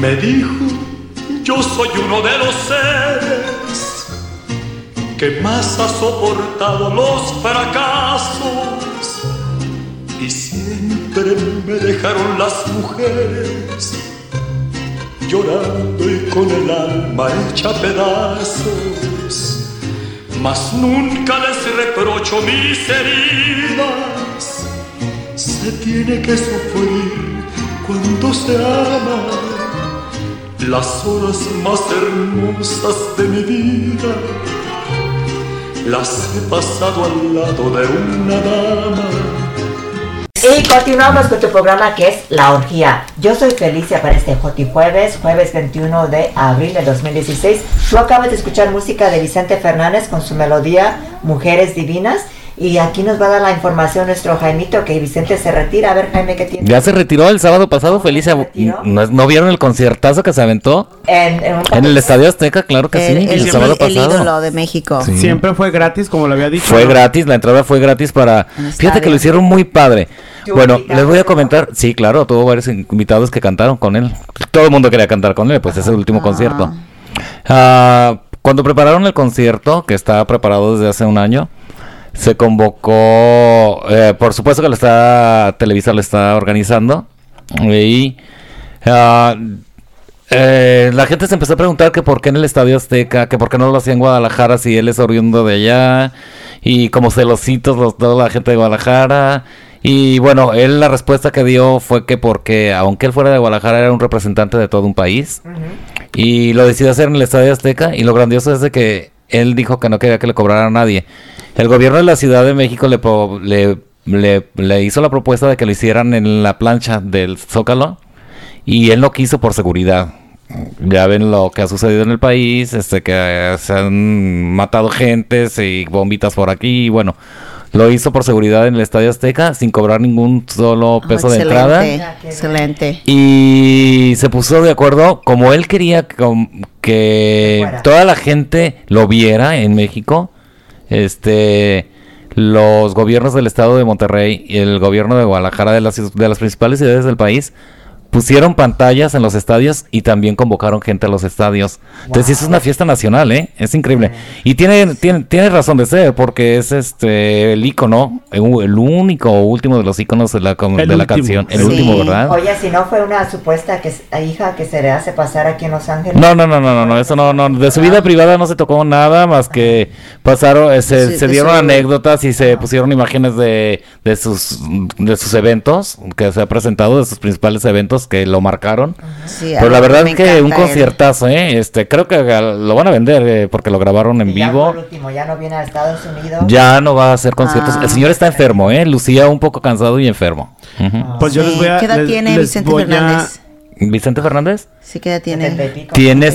me dijo, yo soy uno de los seres que más ha soportado los fracasos y siempre me dejaron las mujeres llorando y con el alma hecha pedazos. Mas nunca les reprocho mis heridas. Se tiene que sufrir cuando se ama. Las horas más hermosas de mi vida las he pasado al lado de una dama.
Y continuamos con tu programa que es La Orgía. Yo soy Felicia para este Joti Jueves, jueves 21 de abril de 2016. Tú acabas de escuchar música de Vicente Fernández con su melodía Mujeres Divinas. Y aquí nos va a dar la información nuestro Jaimito que Vicente se retira. A ver, Jaime, ¿qué tiene?
Ya se retiró el sábado pasado, Felicia.
retiró?
¿No, no vieron el conciertazo que se aventó?
En, en un-
En el Estadio Azteca, claro que
Pues, el,
sí.
el-
El, sábado
el ídolo
pasado.
de México.
Sí.
Siempre fue gratis, como lo había dicho.
Fue
¿no?
gratis, la entrada fue gratis para...
Ah, está
Fíjate que
bien.
lo hicieron muy padre.
Tú
Bueno,
invitaste,
les voy a
¿no?
comentar. Sí, claro, tuvo varios invitados que cantaron con él. Todo el mundo quería cantar con él, pues es el último concierto. Ah, cuando prepararon el concierto, que está preparado desde hace un año, se convocó, eh, por supuesto que lo está, Televisa lo está organizando, y ah, eh, la gente se empezó a preguntar que por qué en el Estadio Azteca, que por qué no lo hacía en Guadalajara si él es oriundo de allá, y como celositos los, toda la gente de Guadalajara. Y bueno, él la respuesta que dio fue que porque aunque él fuera de Guadalajara era un representante de todo un país, y lo decidió hacer en el Estadio Azteca. Y lo grandioso es de que él dijo que no quería que le cobrara a nadie. El gobierno de la Ciudad de México le, pro- le, le- le hizo la propuesta de que lo hicieran en la plancha del Zócalo. Y él no quiso por seguridad. Ya ven lo que ha sucedido en el país, este que eh, se han matado gentes y bombitas por aquí, y bueno, lo hizo por seguridad en el Estadio Azteca sin cobrar ningún solo
Ah,
peso de
excelente,
entrada.
Excelente.
Y se puso de acuerdo, como él quería que, com- que
Fuera.
toda la gente lo viera en México, este los gobiernos del estado de Monterrey y el gobierno de Guadalajara, de las, de las principales ciudades del país, pusieron pantallas en los estadios y también convocaron gente a los estadios. Entonces, es una fiesta nacional, ¿eh? Es increíble. Y tiene, tiene, tiene razón de ser, porque es este el ícono, el único o último de los íconos de la, com-
El
de la
último.
canción. El
Sí.
último, ¿verdad?
Oye, si no fue una supuesta que, s- hija que se le hace pasar aquí en Los Ángeles.
No, no, no, no, no, no, eso no, no, de su vida privada no se tocó nada más que pasaron, eh, se,
Sí, de
se dieron
su-
anécdotas y se pusieron imágenes de, de sus de sus eventos que se ha presentado, de sus principales eventos que lo marcaron.
Sí,
Pero
a
la
mí
verdad
me
es que un
encanta él.
conciertazo, eh, este, creo que gal- lo van a vender eh, porque lo grabaron en
Y ya
vivo.
fue el último, ya no viene a Estados Unidos.
Ya no va a hacer conciertos.
Ah.
El señor está enfermo, eh, lucía un poco cansado y enfermo. Ujú.
Pues yo
Sí,
les voy a.
¿Qué edad
les-
tiene
les
Vicente
voy a-
Fernández?
Vicente Fernández
Sí, ¿qué edad
Setenta y
tiene?
pico.
tiene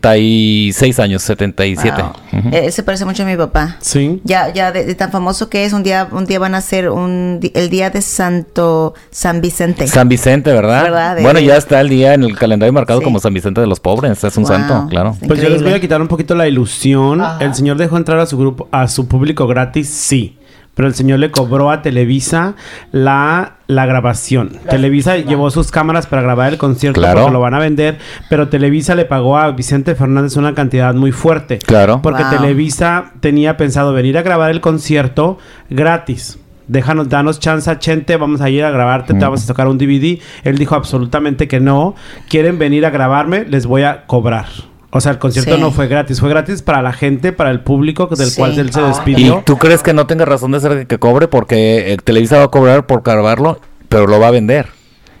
76 años, 77.
Wow.
Ujú.
Eh, se parece mucho a mi papá.
Sí.
Ya, ya de, de tan famoso que es, un día, un día van a hacer un, di- el día de Santo San Vicente.
San Vicente, ¿verdad?
¿Verdad? De-
Bueno, ya está el día en el calendario marcado
Sí.
como San Vicente de los Pobres, es un
Wow.
santo, claro.
Sí.
Pues yo les voy
Increíble.
a quitar un poquito la ilusión.
Ajá.
El señor dejó entrar a su grupo, a su público gratis, sí. Pero el señor le cobró a Televisa la, la grabación. Televisa llevó sus cámaras para grabar el concierto
Claro.
porque lo van a vender. Pero Televisa le pagó a Vicente Fernández una cantidad muy fuerte.
Claro.
Porque
Wow.
Televisa tenía pensado venir a grabar el concierto gratis. Déjanos, danos chance, Chente, vamos a ir a grabarte, te vamos a tocar un DVD. Él dijo absolutamente que no. Quieren venir a grabarme, les voy a cobrar. O sea, el concierto
Sí.
no fue gratis, fue gratis para la gente, para el público del
Sí.
cual él se
Ay.
¿Y
despidió.
tú crees que no tenga razón de ser que cobre? Porque eh, Televisa va a cobrar por cargarlo, pero lo va a vender.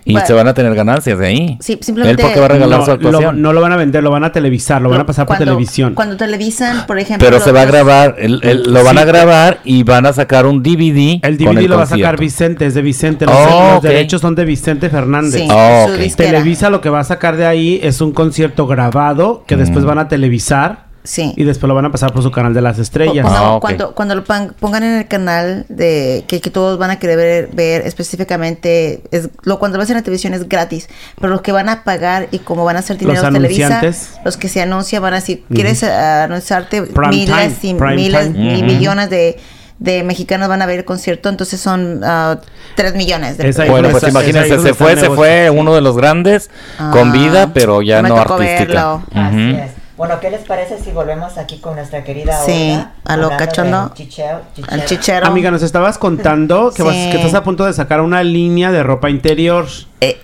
Y
Bueno.
se van a tener ganancias de ahí.
Sí, simplemente-
Él porque va a regalar
no,
su
lo,
actuación.
no lo van a vender, lo van a televisar, lo van a pasar por
Cuando-
televisión.
Cuando televisan, por ejemplo.
pero se va a
los-
grabar, el- el- lo van
Sí,
a grabar y van a sacar un DVD.
el
con
DVD lo va a sacar
concierto.
Vicente, es de Vicente. Los,
Oh,
los
ok.
derechos son de Vicente Fernández.
Sí,
Ah,
su
ok.
disquera.
Televisa lo que va a sacar de ahí es un concierto grabado
Mm.
que después van a televisar
Sí.
y después lo van a pasar por su canal de las
Po-
estrellas.
pongamos-
Ah, ok.
cuando, cuando lo pan- pongan en el canal de que, que todos van a querer ver, ver específicamente, es, lo cuando lo ves en la televisión es gratis, pero los que van a pagar y como van a hacer dinero
Los
Televisa,
anunciantes.
los que se anuncian van a decir, ¿quieres eh, anunciarte
Prime
miles
time,
y
prime
miles
time.
y
Ujú.
millones de de mexicanos van a ver el concierto, entonces son ah, 3 millones. De
Esa-
Bueno,
Ahí
pues
donde está- ahí
imagínense,
donde
se
está
fue,
el
se fue uno de los grandes
Ah,
con vida, pero ya
no me
no
tocó
artística.
verlo.
Así
Ujú.
es. Bueno, ¿qué les parece si volvemos aquí con nuestra querida
Sí,
Olga?
a lo
Hablando
cachondo.
del chicheo,
Al
chichero.
chichero.
Amiga, nos estabas contando que, vas-
pues, Sí.
que estás a punto de sacar una línea de ropa interior.
E-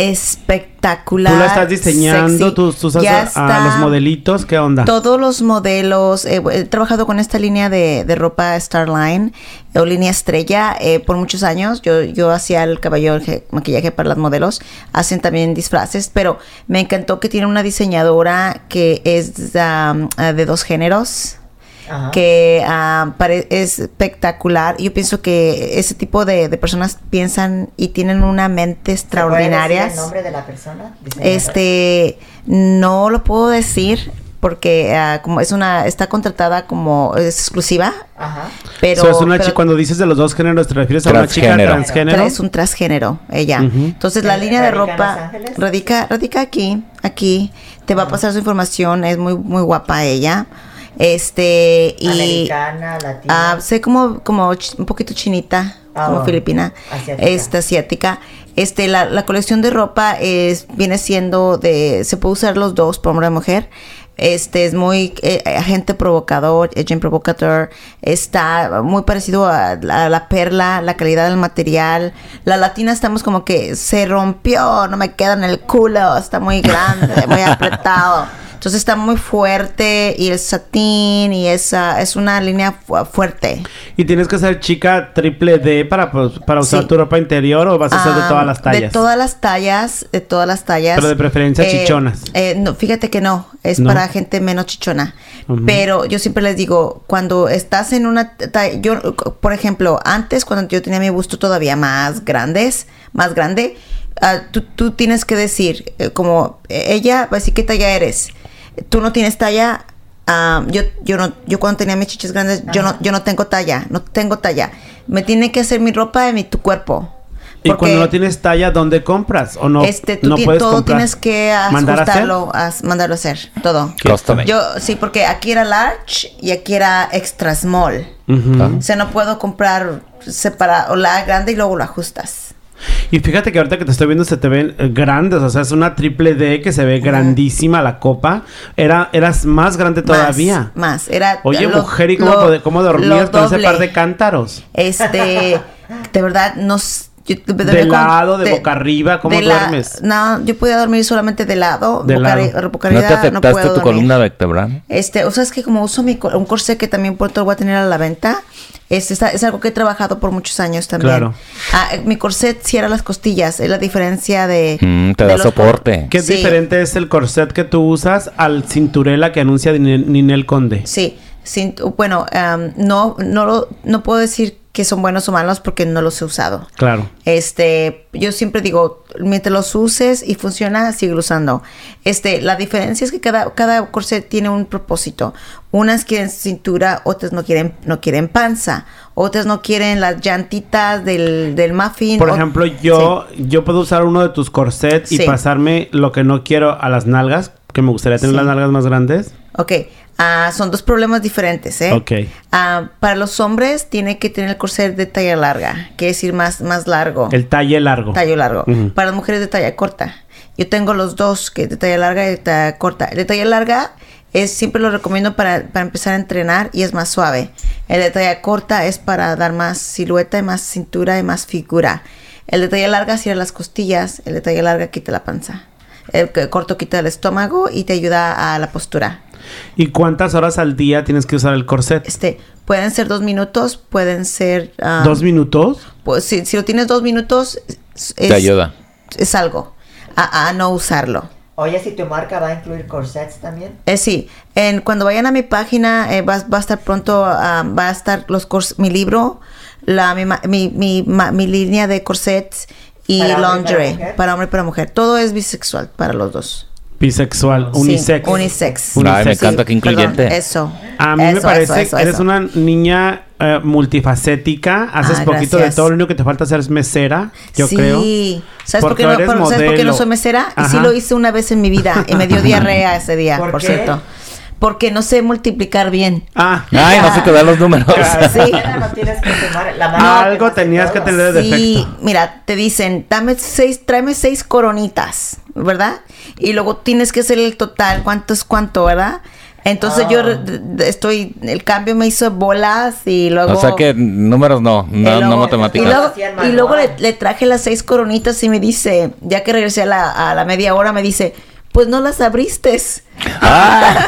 espectacular.
Tú la estás diseñando,
sexy.
tú, tú estás
Ya
a- a,
está.
los modelitos, ¿qué
Ah.
onda?
Todos los modelos, eh, he trabajado con esta línea de, de ropa Starline o línea estrella eh, por muchos años. Yo, yo hacía el cabello, el je- maquillaje para las modelos, hacen también disfraces, pero me encantó que tiene una diseñadora que es um, ah, de dos géneros
Ajá.
que ah, pare- es espectacular. Yo pienso que ese tipo de, de personas piensan y tienen una mente
¿Se puede decir
extraordinaria.
el nombre de la persona? Diseñadora.
Este, no lo puedo decir porque ah, como es una está contratada como es exclusiva,
Ajá.
pero,
So, es una
pero
chi- cuando dices de los dos géneros, ¿te refieres a una chica
Transgénero.
transgénero?
tra- es un transgénero ella.
Ujú.
Entonces la
Eh,
línea de
¿radica en Los
ropa
Ángeles?
radica radica aquí, aquí te va a pasar su información, es muy muy guapa ella. Este y
Americana, latina.
Ah, sé como, como ch- un poquito chinita,
Ah,
como filipina,
asiática.
este, asiática. Este, la, la colección de ropa es, viene siendo de, se puede usar los dos, por hombre y mujer. Este es muy eh, agente provocador, agent provocateur. Está muy parecido a, la- a la perla, la calidad del material. La latina estamos como que se rompió, no me queda en el culo, está muy grande, muy apretado. Entonces está muy fuerte y el satín y esa es una línea fu- fuerte.
¿Y tienes que ser chica triple D para, pues, para usar
Sí.
tu ropa interior o vas a ser de
Ah,
todas las tallas?
De todas las tallas, de todas las tallas.
Pero de preferencia chichonas.
eh, no, fíjate que no, es
¿No?
para gente menos chichona.
Ujú.
Pero yo siempre les digo, cuando estás en una talla, yo, eh, por ejemplo, antes cuando yo tenía mi busto todavía más grandes, más grande, ah, tú, tú tienes que decir, eh, como eh, ella va a decir qué talla eres. Tú no tienes talla. ah, yo, yo no, yo cuando tenía mis chiches grandes, yo no, yo no tengo talla, no tengo talla. Me tiene que hacer mi ropa de mi tu cuerpo.
y
Porque-
cuando no tienes talla, ¿dónde compras? ¿O no,
este, tú
no
ti-
puedes
todo
comprar?
tienes que
¿Mandar a hacer?
ajustarlo, a mandarlo a hacer, todo.
¿Qué? Custom.
Yo, sí, porque aquí era large y aquí era extra small.
Ujú.
Ah.
O sea, no puedo comprar separado, o la grande y luego lo ajustas.
Y fíjate que ahorita que te estoy viendo se te ven eh, grandes, o sea, es una triple D que se ve grandísima la copa. Era, eras más grande
Más,
todavía.
Más, era...
Oye,
lo-
mujer, ¿y cómo,
lo-
pod- cómo dormías
lo
con ese
doble.
par de cántaros?
Este, de verdad, no... s- yo te-
De
dormía con-
lado, de boca arriba, ¿cómo
de la-
duermes?
no, yo podía dormir solamente de lado.
De
boca
lado.
arri- boca
¿No te
arriba, no
afectaste
puedo
tu
dormir.
columna vertebral?
Este, o sea, es que como uso mi cor- un corsé que también pronto lo voy a tener a la venta, este, está- es algo que he trabajado por muchos años también.
Claro.
Ah, eh, mi corset cierra las costillas, es la diferencia de...
Mm, te
de
da
los-
soporte.
¿Qué
Sí.
diferente es el corset que tú usas al cinturela que anuncia Ninel, Ninel Conde?
Sí, sin- bueno, em, no, no, lo- no puedo decir que son buenos o malos porque no los he usado.
Claro.
Este, yo siempre digo, mientras los uses y funciona, sigue usando. Este, la diferencia es que cada, cada corset tiene un propósito. Unas quieren cintura, otras no quieren, no quieren panza, otras no quieren las llantitas del, del muffin.
Por
o-
ejemplo, yo, yo puedo usar uno de tus corsets y
Sí.
pasarme lo que no quiero a las nalgas, que me gustaría tener
Sí.
las nalgas más grandes.
Sí. Ok. Ah, son dos problemas diferentes, ¿eh?
Ok.
Ah, para los hombres tiene que tener el corset de talla larga, quiere decir más, más largo.
El talle largo.
tallo largo.
Oh. Ujú.
Para las mujeres de talla corta. Yo tengo los dos, que es de talla larga y de talla corta. El de talla larga es siempre lo recomiendo para, para empezar a entrenar y es más suave. El de talla corta es para dar más silueta y más cintura y más figura. El de talla larga cierra las costillas, el de talla larga quita la panza. El que- corto quita el estómago y te ayuda a la postura.
¿Y cuántas horas al día tienes que usar el corset?
Este, pueden ser dos minutos, pueden ser... ah,
¿Dos minutos?
pues, si, si lo tienes dos minutos... es-
Te ayuda.
es algo a, a no usarlo.
Oye, si tu marca va a incluir corsets también.
Eh, sí, en, cuando vayan a mi página eh, va, va a estar pronto, ah, va a estar los cors- mi libro, la, mi, ma- mi, mi, ma- mi línea de corsets y
Para hombre y para
lingerie
mujer.
para hombre y para mujer. Todo es bisexual para los dos.
Bisexual,
Sí,
unisex.
unisex.
Ay, me
Unisex.
encanta que incluyente.
perdón, eso.
A mí me
Eso,
parece
eso, eso,
que eres
eso.
una niña eh, multifacética, haces
Ay,
poquito
Ah,
de
gracias.
todo, lo único que te falta hacer es mesera, yo
sí.
creo.
¿Sabes por,
Porque
qué no,
eres
por- ¿sabes por qué no
modelo.
soy mesera? Y sí
Ajá.
lo hice una vez en mi vida y me dio diarrea ese día,
¿Por
por,
qué?
cierto. porque no sé multiplicar bien.
Ah,
Ay, no se te dan los números.
Claro.
Sí.
No tienes que tomar la mano.
algo tenías que tener de
Sí,
defecto.
mira, te dicen, dame seis, tráeme seis coronitas, ¿verdad? Y luego tienes que hacer el total, cuánto es cuánto, ¿verdad? Entonces
Ah.
yo re- de- de- estoy, el cambio me hizo bolas y luego...
O sea que números no, no,
Y luego-
no
Y
matemáticas.
luego,
Hacía el manual.
y luego le, le traje las seis coronitas y me dice, ya que regresé a la, a la media hora, me dice, pues no las abriste.
Ah.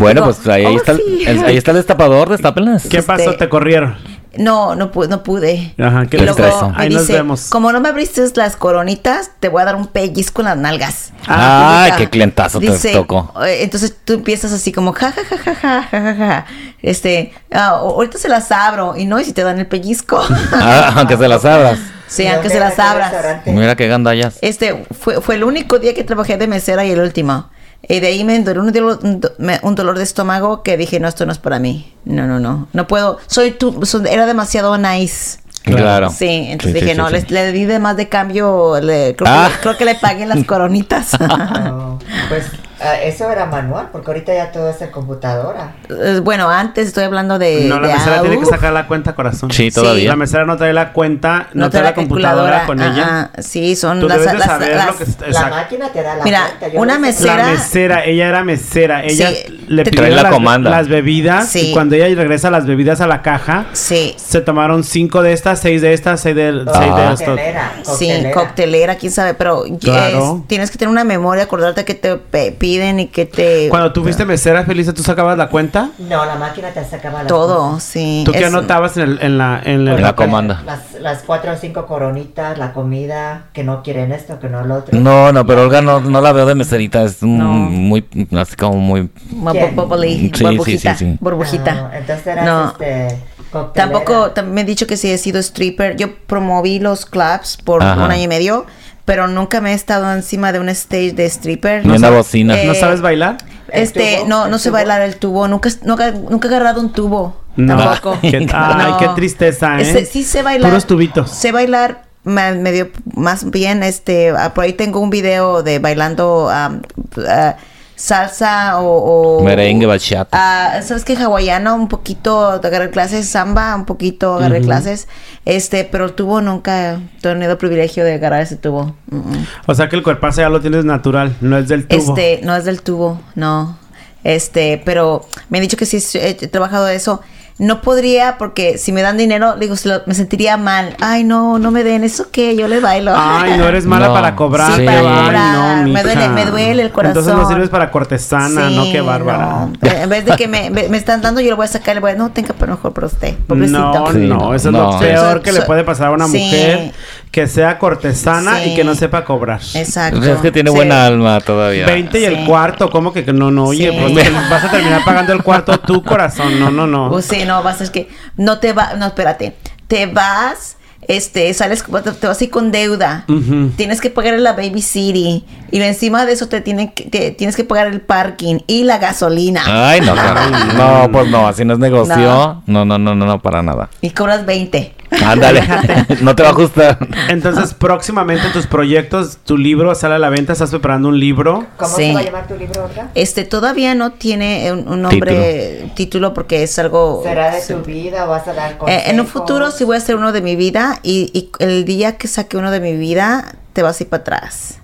bueno,
Digo,
pues ahí,
oh,
está,
sí.
el, ahí está el destapador, destápenlas.
Este,
¿Qué pasó? Te corrieron.
No, no, pu- no pude.
Ajá, qué
Y luego
tristeza.
me
Ahí nos
dice,
vemos.
como no me abriste las coronitas, te voy a dar un pellizco en las nalgas.
Ah,
Ah,
qué clientazo
dice,
te tocó.
eh, Entonces tú empiezas así como, ja, ja, ja, ja, ja, ja, ja, ja. Este, ah, o- ahorita se las abro. Y no, y si te dan el pellizco.
Ah, aunque se las abras.
sí, aunque se las abras.
Mira qué gandallas.
Este, fue, fue el único día que trabajé de mesera y el último. Y de ahí me duró un, dolo- un do- me- un dolor de estómago que dije, no, esto no es para mí. No, no, no. No puedo. Soy tú, son- era demasiado nice.
Claro.
Sí, entonces
Sí, sí,
dije,
sí,
no,
sí.
les- Le, di de más de cambio, le- creo,
Ah.
que, le- creo que le pagué las coronitas.
Pues ah, eso era manual, porque ahorita ya todo es en computadora.
Eh, bueno, antes estoy hablando de...
No, la
de-
mesera
ah,
tiene que
uf,
sacar la cuenta, corazón.
Sí, todavía.
La mesera no trae la cuenta, no, trae la computadora con ella.
Ajá, Sí, son
Tú
las...
debes de
las-
saber lo
las-
que está-
La
exacto.
máquina te da la
Mira,
cuenta, yo
una
lo hice-
mesera-
La mesera, ella era mesera. Ella
Sí,
le
te-
pidió
Trae la
las,
comanda.
las bebidas
Sí.
y cuando ella regresa las bebidas a la caja,
sí,
se tomaron cinco de estas, seis de estas, seis de,
Oh,
seis de
Ah.
esto.
coctelera,
Sí,
coctelera.
coctelera, quién sabe, pero
Claro.
es- tienes que tener una memoria, acordarte que te pe- piden y que te...
Cuando tú fuiste mesera, Felicia, ¿tú sacabas la cuenta?
No, la máquina te sacaba las
Todo, sí.
¿Tú qué
es-
anotabas en, el- en la... En la-
Porque
la comanda.
Las, las cuatro o cinco coronitas, la comida, que no quieren esto, que no lo otro.
No, no, pero Olga no, no la veo de meserita, es un-
No.
muy, así como muy...
bu-
¿Quién?
bu- bubbly,
Sí, sí,
burbujita,
sí, sí.
burbujita.
Ah, entonces eras
No.
este, coctelera.
Tampoco, también me he dicho que sí he sido stripper. Yo promoví los clubs por
Ajá.
un año y medio, pero nunca me he estado encima de un stage de stripper.
Ni
No
una
sé.
bocina.
¿No
Eh,
sabes bailar?
¿El
Este,
tubo?
no,
¿El
no sé
tubo?
bailar el tubo. Nunca, nunca, nunca he agarrado un tubo.
No.
Tampoco.
Qué- ay,
No.
qué tristeza, ¿eh?
Este, sí sé bailar.
Puros tubitos.
Sé bailar ma- medio más bien, este, ah, por ahí tengo un video de bailando am, ah, salsa o, o-
Merengue, bachata.
Ah, sabes que hawaiano un poquito agarré clases samba un poquito agarré clases este pero el tubo nunca he tenido privilegio de agarrar ese tubo Mm, mm.
O sea que el cuerpazo ya lo tienes natural, no es del tubo.
Este, no es del tubo, no. Este, pero me han dicho que sí he he trabajado eso. No podría porque si me dan dinero, digo, se lo- me sentiría mal. Ay, no, no me den eso que yo le bailo.
Ay, no eres mala
No.
para cobrar.
Sí,
qué
para
va-
cobrar.
Ay, no,
Me duele-
mija.
me duele el
Entonces no
corazón.
sirves para cortesana,
Sí,
no, qué bárbara.
no. Eh, En vez de que me, me- me están dando, yo lo voy a sacar. Le voy a no, tenga, pero mejor para usted.
No,
Pobrecito.
Sí,
no,
no,
eso es
no.
lo peor
Eso-
que le
eso-
puede pasar a una
sí.
mujer que sea cortesana
Sí.
y que no sepa cobrar.
Exacto.
Pues Es que tiene
Sí.
buena alma todavía.
20 y
Sí.
el cuarto, ¿cómo que que no, no? Oye,
Sí.
pues que vas a terminar pagando el cuarto tu corazón, no, no, no.
Pues sí, no, vas a es que no te va, no, espérate, te vas, este, sales, te te vas así con deuda,
Ujú.
tienes que pagar la baby city y encima de eso te, tienen que, te tienes que pagar el parking y la gasolina
Ah.
Ay, no, caray. no, pues no, así no es negocio. No, no, no, no, no, para nada.
y cobras 20.
Ándale, no te va a gustar.
Entonces, próximamente tus proyectos, tu libro sale a la venta, estás preparando un libro.
¿Cómo
Sí.
se va a llamar tu libro, Olga?
Este todavía no tiene un, un nombre, título. porque es algo...
¿Será de
sí.
tu vida? ¿Vas a dar consejos?
Eh, en un futuro sí voy a hacer uno de mi vida y, y el día que saque uno de mi vida te vas a ir para atrás.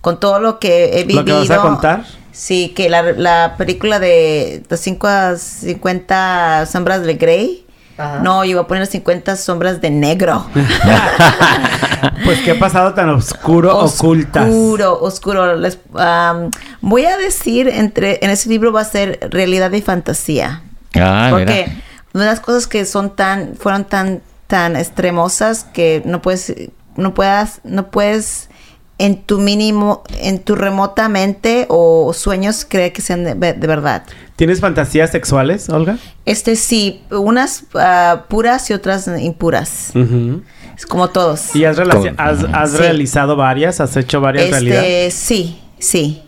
Con todo lo que he vivido.
¿Lo que vas a contar?
Sí, que la, la película de las 5 a 50 sombras de Grey.
Ajá.
No, yo voy a poner las 50 sombras de negro.
Pues qué pasado tan oscuro, ocultas.
Oscuro, oscuro. Les- am, voy a decir, entre, en ese libro va a ser realidad y fantasía.
Ah,
Ay,
Porque
Ah, mira.
una de las cosas que son tan, fueron tan, tan extremosas que no puedes, no puedas, no puedes en tu mínimo, en tu remota mente o sueños creer que sean de, ve- de verdad.
¿Tienes fantasías sexuales, Olga?
Este sí, unas ah, puras y otras impuras. Es como todos.
¿Y has, relaci-
Con-
has, has
Sí.
realizado varias? ¿Has hecho varias realidades?
Este, sí, sí.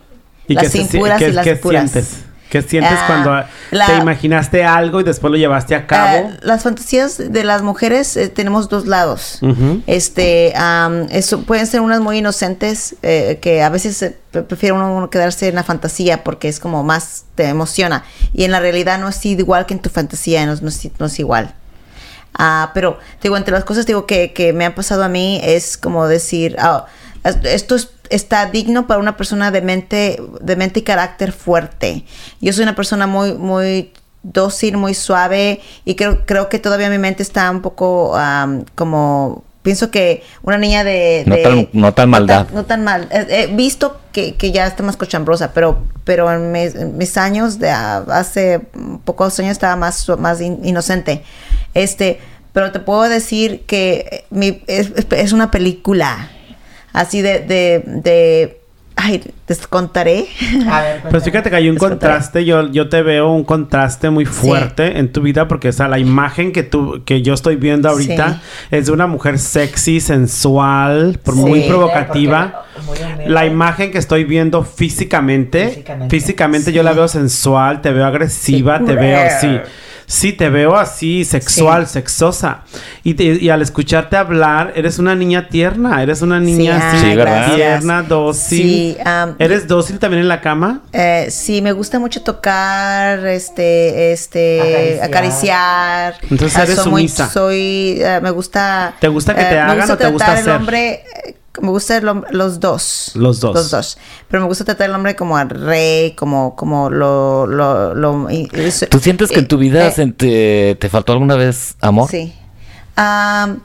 ¿Y
las
qué se si-
impuras
qué-
y las
qué
puras.
sientes? ¿Qué sientes
Ah,
cuando ah,
la-
te imaginaste algo y después lo llevaste a cabo?
Ah, las fantasías de las mujeres eh, tenemos dos lados.
Ujú.
Este, am, eso, pueden ser unas muy inocentes eh, que a veces eh, pre- prefiere uno uno quedarse en la fantasía porque es como más te emociona y en la realidad no es igual que en tu fantasía, no, es- no es- no es igual. Ah, pero te digo, entre las cosas digo que, que me han pasado a mí es como decir, ah, es- esto es- está digno para una persona de mente, de mente y carácter fuerte. Yo soy una persona muy, muy dócil, muy suave y creo, creo que todavía mi mente está un poco am, como... Pienso que una niña de...
No
de-
tan- no tan maldad.
no tan mal. He, he visto que, que ya está más cochambrosa, pero, pero en, mis, en mis años, de ah, hace pocos años, estaba más, su- más in- inocente. Este, pero te puedo decir que eh, mi, es, es- es una película así de. de, de ay, les contaré.
A ver,
Pues fíjate que hay un
Les contaré.
contraste, yo, yo te veo un contraste muy fuerte en tu vida porque o sea, la imagen que tú que yo estoy viendo ahorita
Sí.
es de una mujer sexy, sensual, por-
Sí.
muy
Humilde,
provocativa.
porque- muy humilde.
La imagen que estoy viendo físicamente, físicamente,
Físicamente.
yo la veo sensual, te veo agresiva, te veo sí. Sí, te veo así, sexual, sexosa. Y, te- y al escucharte hablar, eres una niña tierna, eres una niña
Sí, ah,
así,
ay, Sí, ¿verdad? gracias.
tierna, dócil.
Sí, am,
¿Eres dócil también en la cama?
Eh, sí, me gusta mucho tocar, este, este,
Acariciar.
acariciar.
Entonces
Ah,
eres
soy muy-
sumisa.
soy, eh, me gusta. eh,
¿Te gusta que te hagan
me gusta
o te gusta
tratar
hacer?
el hombre, eh, me gusta el hom- los dos.
Los dos.
Los dos. Pero me gusta tratar al hombre como al rey, como, como lo, lo, lo. y- es-
¿Tú sientes que en tu vida
eh,
se- te, te faltó alguna vez amor?
Sí. Am,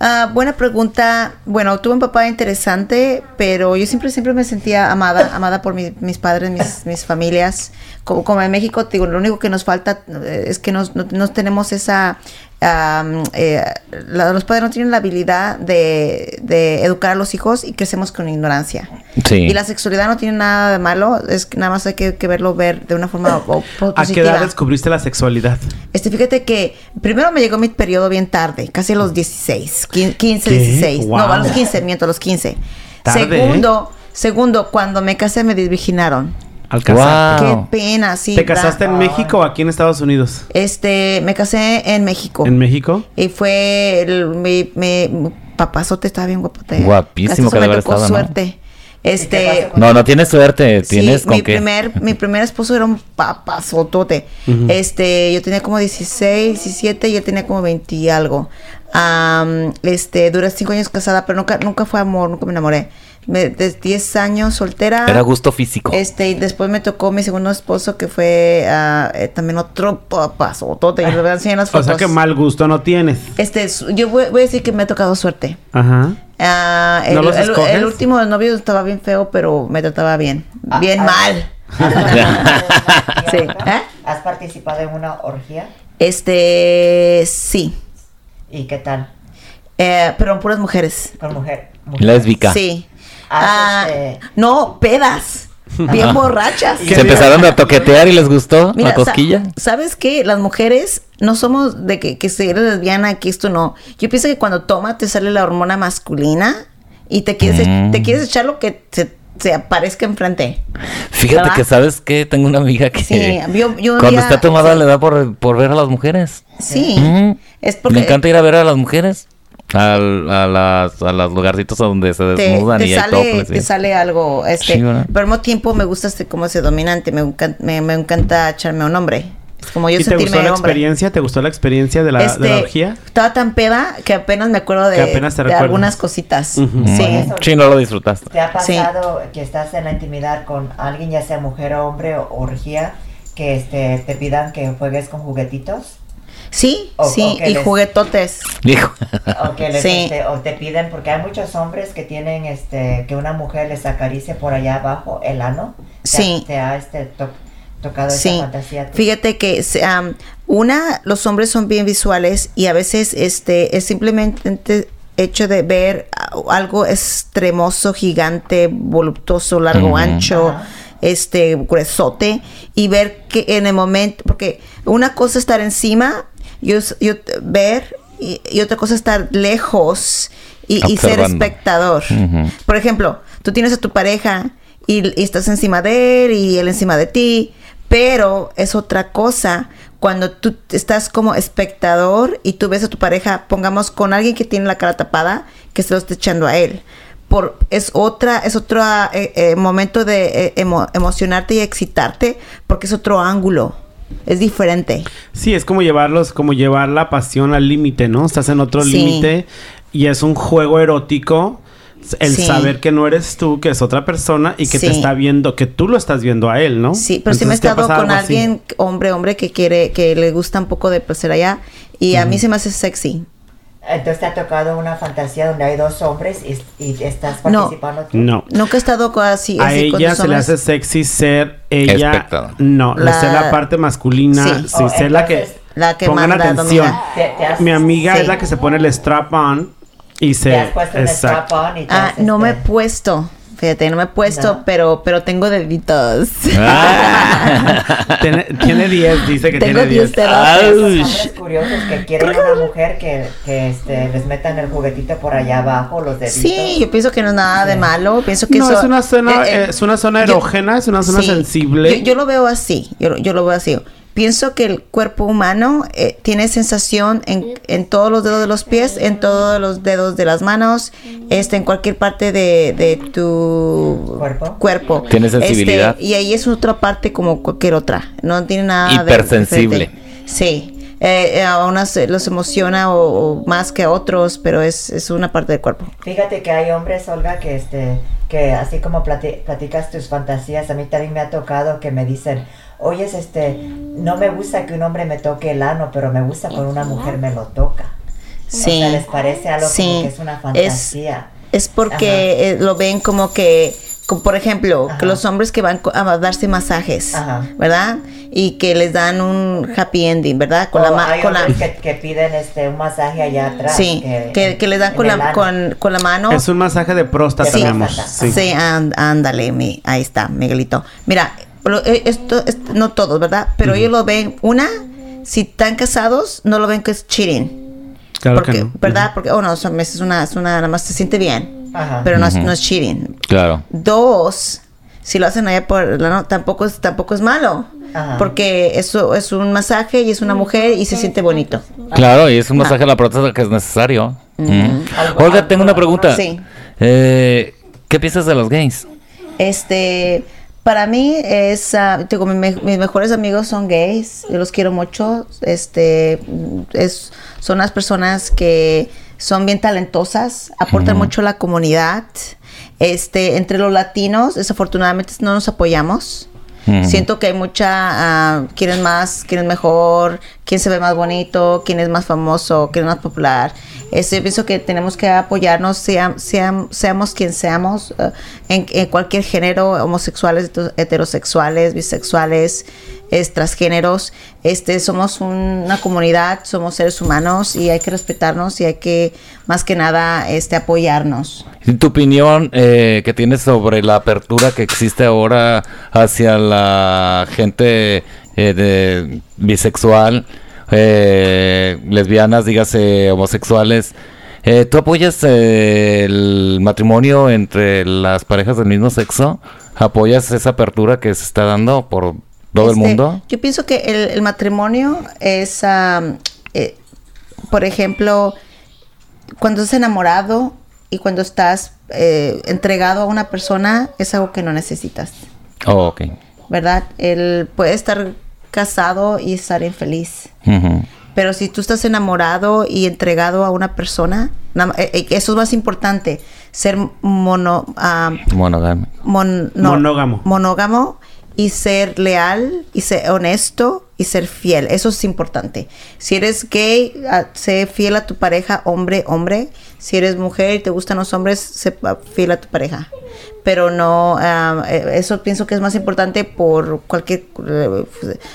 ah, buena pregunta. Bueno, tuve un papá interesante, pero yo siempre, siempre me sentía amada, amada por mi- mis padres, mis, mis familias. Como, como en México, te digo, lo único que nos falta eh, es que nos, no, no tenemos esa... am, eh, la- los padres no tienen la habilidad de, de educar a los hijos y crecemos con ignorancia.
Sí.
Y la sexualidad no tiene nada de malo, es que nada más hay que, que verlo ver de una forma o- o
¿A qué edad
positiva.
descubriste la sexualidad?
Este, fíjate que primero me llegó mi periodo bien tarde, casi a los 16, quin- 15,
Mm. ¿Qué?
16. No, a
Wow.
los 15, miento, a los 15.
Tarde,
segundo, segundo, cuando me casé me desvirginaron.
Al casarte.
Wow.
Qué pena, sí.
Ah, ¿Te
da-
casaste en México o aquí en Estados Unidos?
Este, me casé en México.
¿En México?
Y fue el, mi, mi- mi papazote estaba bien guapote.
Guapísimo
Hasta
que
me
debe haber
tocó
estado, ¿no?
suerte. Este,
pasó con
No, no tienes suerte,
Sí,
tienes con
mi
qué.
primer mi primer esposo era un papazotote. Este, yo tenía como 16, 17 y él tenía como 20 y algo. Am, este, duré 5 años casada, pero nunca nunca fue amor, nunca me enamoré. Me, de 10 años soltera.
Era gusto físico.
Este, y después me tocó mi segundo esposo que fue ah, eh, también otro papazotote. Yo le voy a enseñar las
O
fotos.
sea que mal gusto no tienes.
Este, su- yo voy, voy a decir que me ha tocado suerte.
Ajá.
Ah,
¿No
el,
los
el- el
escoges?
último novio estaba bien feo, pero me trataba bien.
Ah,
bien
ah.
mal.
¿Has
Sí.
participado en una orgía?
¿Eh?
¿Has participado en una orgía?
Este, sí,
¿Y qué tal?
Eh, pero en puras mujeres.
Con mujer. mujer.
Lésbica.
Sí.
Ah,
Ah,
este-
no, pedas. Bien borrachas.
Se empezaron a toquetear y les gustó
Mira,
la
sa-
cosquilla.
¿Sabes qué? Las mujeres no somos de que, que si eres lesbiana, que esto no. Yo pienso que cuando tomas te sale la hormona masculina y te quieres,
Mm.
te quieres echar lo que se, se aparezca enfrente.
Fíjate
¿Verdad?
que sabes que tengo una amiga que
Sí, yo- yo un
cuando
día-
está tomada
sí.
le da por, por ver a las mujeres.
Sí.
Mm.
Es porque
Le encanta ir a ver a las mujeres. Al- a, las, a los lugarcitos a donde se
te,
desnudan
te
y hay todo.
sale,
pues, sí.
te sale algo. Este,
Sí, ¿verdad?
pero al mismo tiempo me gusta este, como ese dominante. Me, encan- me, me encanta echarme un hombre. Es como yo
¿Y te
sentirme
gustó la
hombre.
experiencia? ¿Te gustó la experiencia de la, de la
Este,
orgía?
Estaba tan peda que apenas me acuerdo
Que
de,
apenas te
de
recuerdas.
algunas cositas.
Ujú.
Mm.
Sí.
Eso.
Sí, no lo disfrutaste.
¿Te ha
Sí.
pasado que estás en la intimidad con alguien, ya sea mujer o hombre o orgía, que este, te pidan que juegues con juguetitos?
Sí,
O-
sí,
o que
y
les-
juguetotes.
Dijo.
O que les,
Sí.
este, o te piden, porque hay muchos hombres que tienen este, que una mujer les acaricie por allá abajo el ano. ¿Te ha-
Sí.
¿Te ha este, to- tocado
Sí.
esa fantasía? a ti?
Fíjate que se- am, una, los hombres son bien visuales y a veces este es simplemente hecho de ver a- algo extremoso, gigante, voluptuoso, largo,
Ujú.
ancho,
Ajá.
este gruesote y ver que en el momento, porque una cosa es estar encima, yo, s- yo t- ver y, y otra cosa es estar lejos y, y ser
Observando.
espectador.
Ujú.
Por ejemplo, tú tienes a tu pareja y, y estás encima de él y él encima de ti, Pero es otra cosa cuando tú estás como espectador y tú ves a tu pareja, pongamos con alguien que tiene la cara tapada, que se lo está echando a él. Por, es otra es otro eh, eh, momento de eh, emo- emocionarte y excitarte porque es otro ángulo. Es diferente.
Sí, es como llevarlos, como llevar la pasión al límite, ¿no? Estás en otro
Sí.
límite y es un juego erótico. El
Sí.
saber que no eres tú, que es otra persona y que
Sí.
te está viendo, que tú lo estás viendo a él, ¿no?
Sí, pero sí me he
Entonces, ¿te ha
estado
pasado
con
algo así?
alguien, hombre, hombre, que quiere, que le gusta un poco de placer allá. Y a mí se me hace sexy.
Entonces te ha tocado una fantasía donde hay dos hombres y, y estás
No.
participando tú.
No.
Nunca he estado co- así,
A
así con
ella
los
se le
hombres.
hace sexy ser ella.
Espectador.
No, la...
La-
ser la parte masculina.
Sí.
Sí,
Oh,
ser la que.
entonces,
la que
pongan
manda,
atención.
domina.
Te, te has,
Mi amiga
Sí.
es la que se pone el strap on y se.
te has puesto un
Exacto.
strap-on y te
Ah,
has,
no me he
este,
puesto. Fíjate, no me he puesto,
No.
pero, pero tengo deditos.
Ah.
Tiene- Tiene 10, dice que
tengo
tiene Ah. 10.
10
esos
deditos.
Ay.
hombres curiosos que quieren a una mujer que, que este, les metan el juguetito por allá abajo, los deditos.
Sí, yo pienso que no es nada de malo. Pienso que
No,
eso-
es una zona,
eh, eh,
es una zona
yo-
erógena, es una zona
Sí.
sensible.
Yo, yo lo veo así, yo, lo- yo lo veo así. Pienso que el cuerpo humano eh, tiene sensación en, en todos los dedos de los pies, en todos los dedos de las manos, este, en cualquier parte de, de tu
Cuerpo.
Tiene
Este,
sensibilidad.
y ahí es otra parte como cualquier otra. No tiene nada de-
Hipersensible.
diferente. Sí. Eh, eh, a unas eh, los emociona o, o más que a otros, pero es, es una parte del cuerpo.
Fíjate que hay hombres, Olga, que este, que así como plati- platicas tus fantasías, a mí también me ha tocado que me dicen, oye, este, no me gusta que un hombre me toque el ano, pero me gusta cuando una mujer me lo toca.
Sí.
O sea, les parece algo como
Sí.
que es una
Es-
fantasía.
Es porque eh, lo ven como que, como por ejemplo,
Ajá.
que los hombres que van co- a darse masajes,
Ajá.
¿verdad? Y que les dan un happy ending, ¿verdad? Con la
O
ma-
Oh, hay
con la- Mm,
hombres que, que piden este un masaje allá atrás.
sí, que, que les dan
en
con
el
la,
ano.
con, con la mano.
Es un masaje de próstata,
Sí.
mi amor.
Sí.
Sí.
Sí, and- ándale, mi, ahí está, Miguelito. Mira, lo- eh, esto, es- no todos, ¿verdad? Pero ellos lo ven, una, si están casados, no lo ven que es cheating.
Claro
porque,
que no.
¿Verdad? Porque, oh no, son- es una, es una, nada más se siente bien,
Ajá.
pero no, es, no es cheating.
claro.
Dos, si lo hacen allá por la no, tampoco es, tampoco es malo.
Ajá.
Porque eso es un masaje y es una mujer y se siente bonito.
Claro, y es un
Ah.
masaje a la próstata que es necesario. Mm.
Algo-
Olga,
algo-
tengo una pregunta.
Sí.
Eh, ¿Qué piensas de los gays?
Este, para mí es, ah, digo, mi me- mis mejores amigos son gays, yo los quiero mucho, este, es, son las personas que son bien talentosas, aportan mucho a la comunidad. Este, entre los latinos, desafortunadamente no nos apoyamos.
Ujú.
Siento que hay mucha, ah, quién es más, quién es mejor, quién se ve más bonito, quién es más famoso, quién es más popular. Este, yo pienso que tenemos que apoyarnos, sea- sea- seamos quien seamos, eh, en, en cualquier género, homosexuales, heto- heterosexuales, bisexuales, es, transgéneros. Este, somos un- una comunidad, somos seres humanos y hay que respetarnos y hay que, más que nada, este, apoyarnos.
¿Y tu opinión eh, que tienes sobre la apertura que existe ahora hacia la gente eh, de- bisexual, eh, lesbianas, dígase homosexuales? Eh, ¿Tú apoyas eh, el matrimonio entre las parejas del mismo sexo? ¿Apoyas esa apertura que se está dando por todo el
Este,
mundo?
Yo pienso que el, el matrimonio es, am, eh, por ejemplo, cuando estás enamorado y cuando estás eh, entregado a una persona, es algo que no necesitas,
Oh, ok.
¿verdad? Él puede estar casado y estar infeliz.
Ujú.
Pero si tú estás enamorado y entregado a una persona, nada ma- eh, eh, eso es más importante, ser mono, am,
Monogamia.
mon- no,
Monógamo.
monógamo y ser leal y ser honesto y ser fiel. Eso es importante. Si eres gay, a- sé fiel a tu pareja, hombre, hombre. Si eres mujer y te gustan los hombres, sé pa- fiel a tu pareja. Pero no, ah, eh, eso pienso que es más importante por cualquier eh,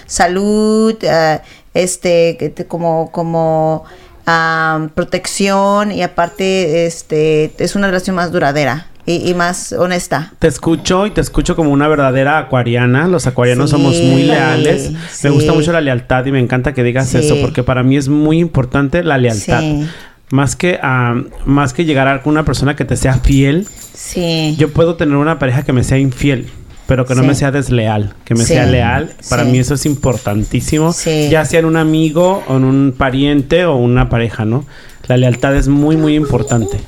salud, ah, este, que te- como, como ah, protección y aparte, este, es una relación más duradera y- y más honesta.
Te escucho y te escucho como una verdadera acuariana. Los acuarianos
Sí,
somos muy leales.
sí.
Me gusta mucho la lealtad y me encanta que digas
Sí.
eso porque para mí es muy importante la lealtad.
Sí.
Más que ah, más que llegar a una persona que te sea fiel,
Sí.
yo puedo tener una pareja que me sea infiel, pero que no
Sí.
me sea desleal, que me
Sí.
sea leal. Para
Sí.
mí eso es importantísimo,
Sí.
ya sea en un amigo, o en un pariente o una pareja, ¿no? La lealtad es muy, muy importante.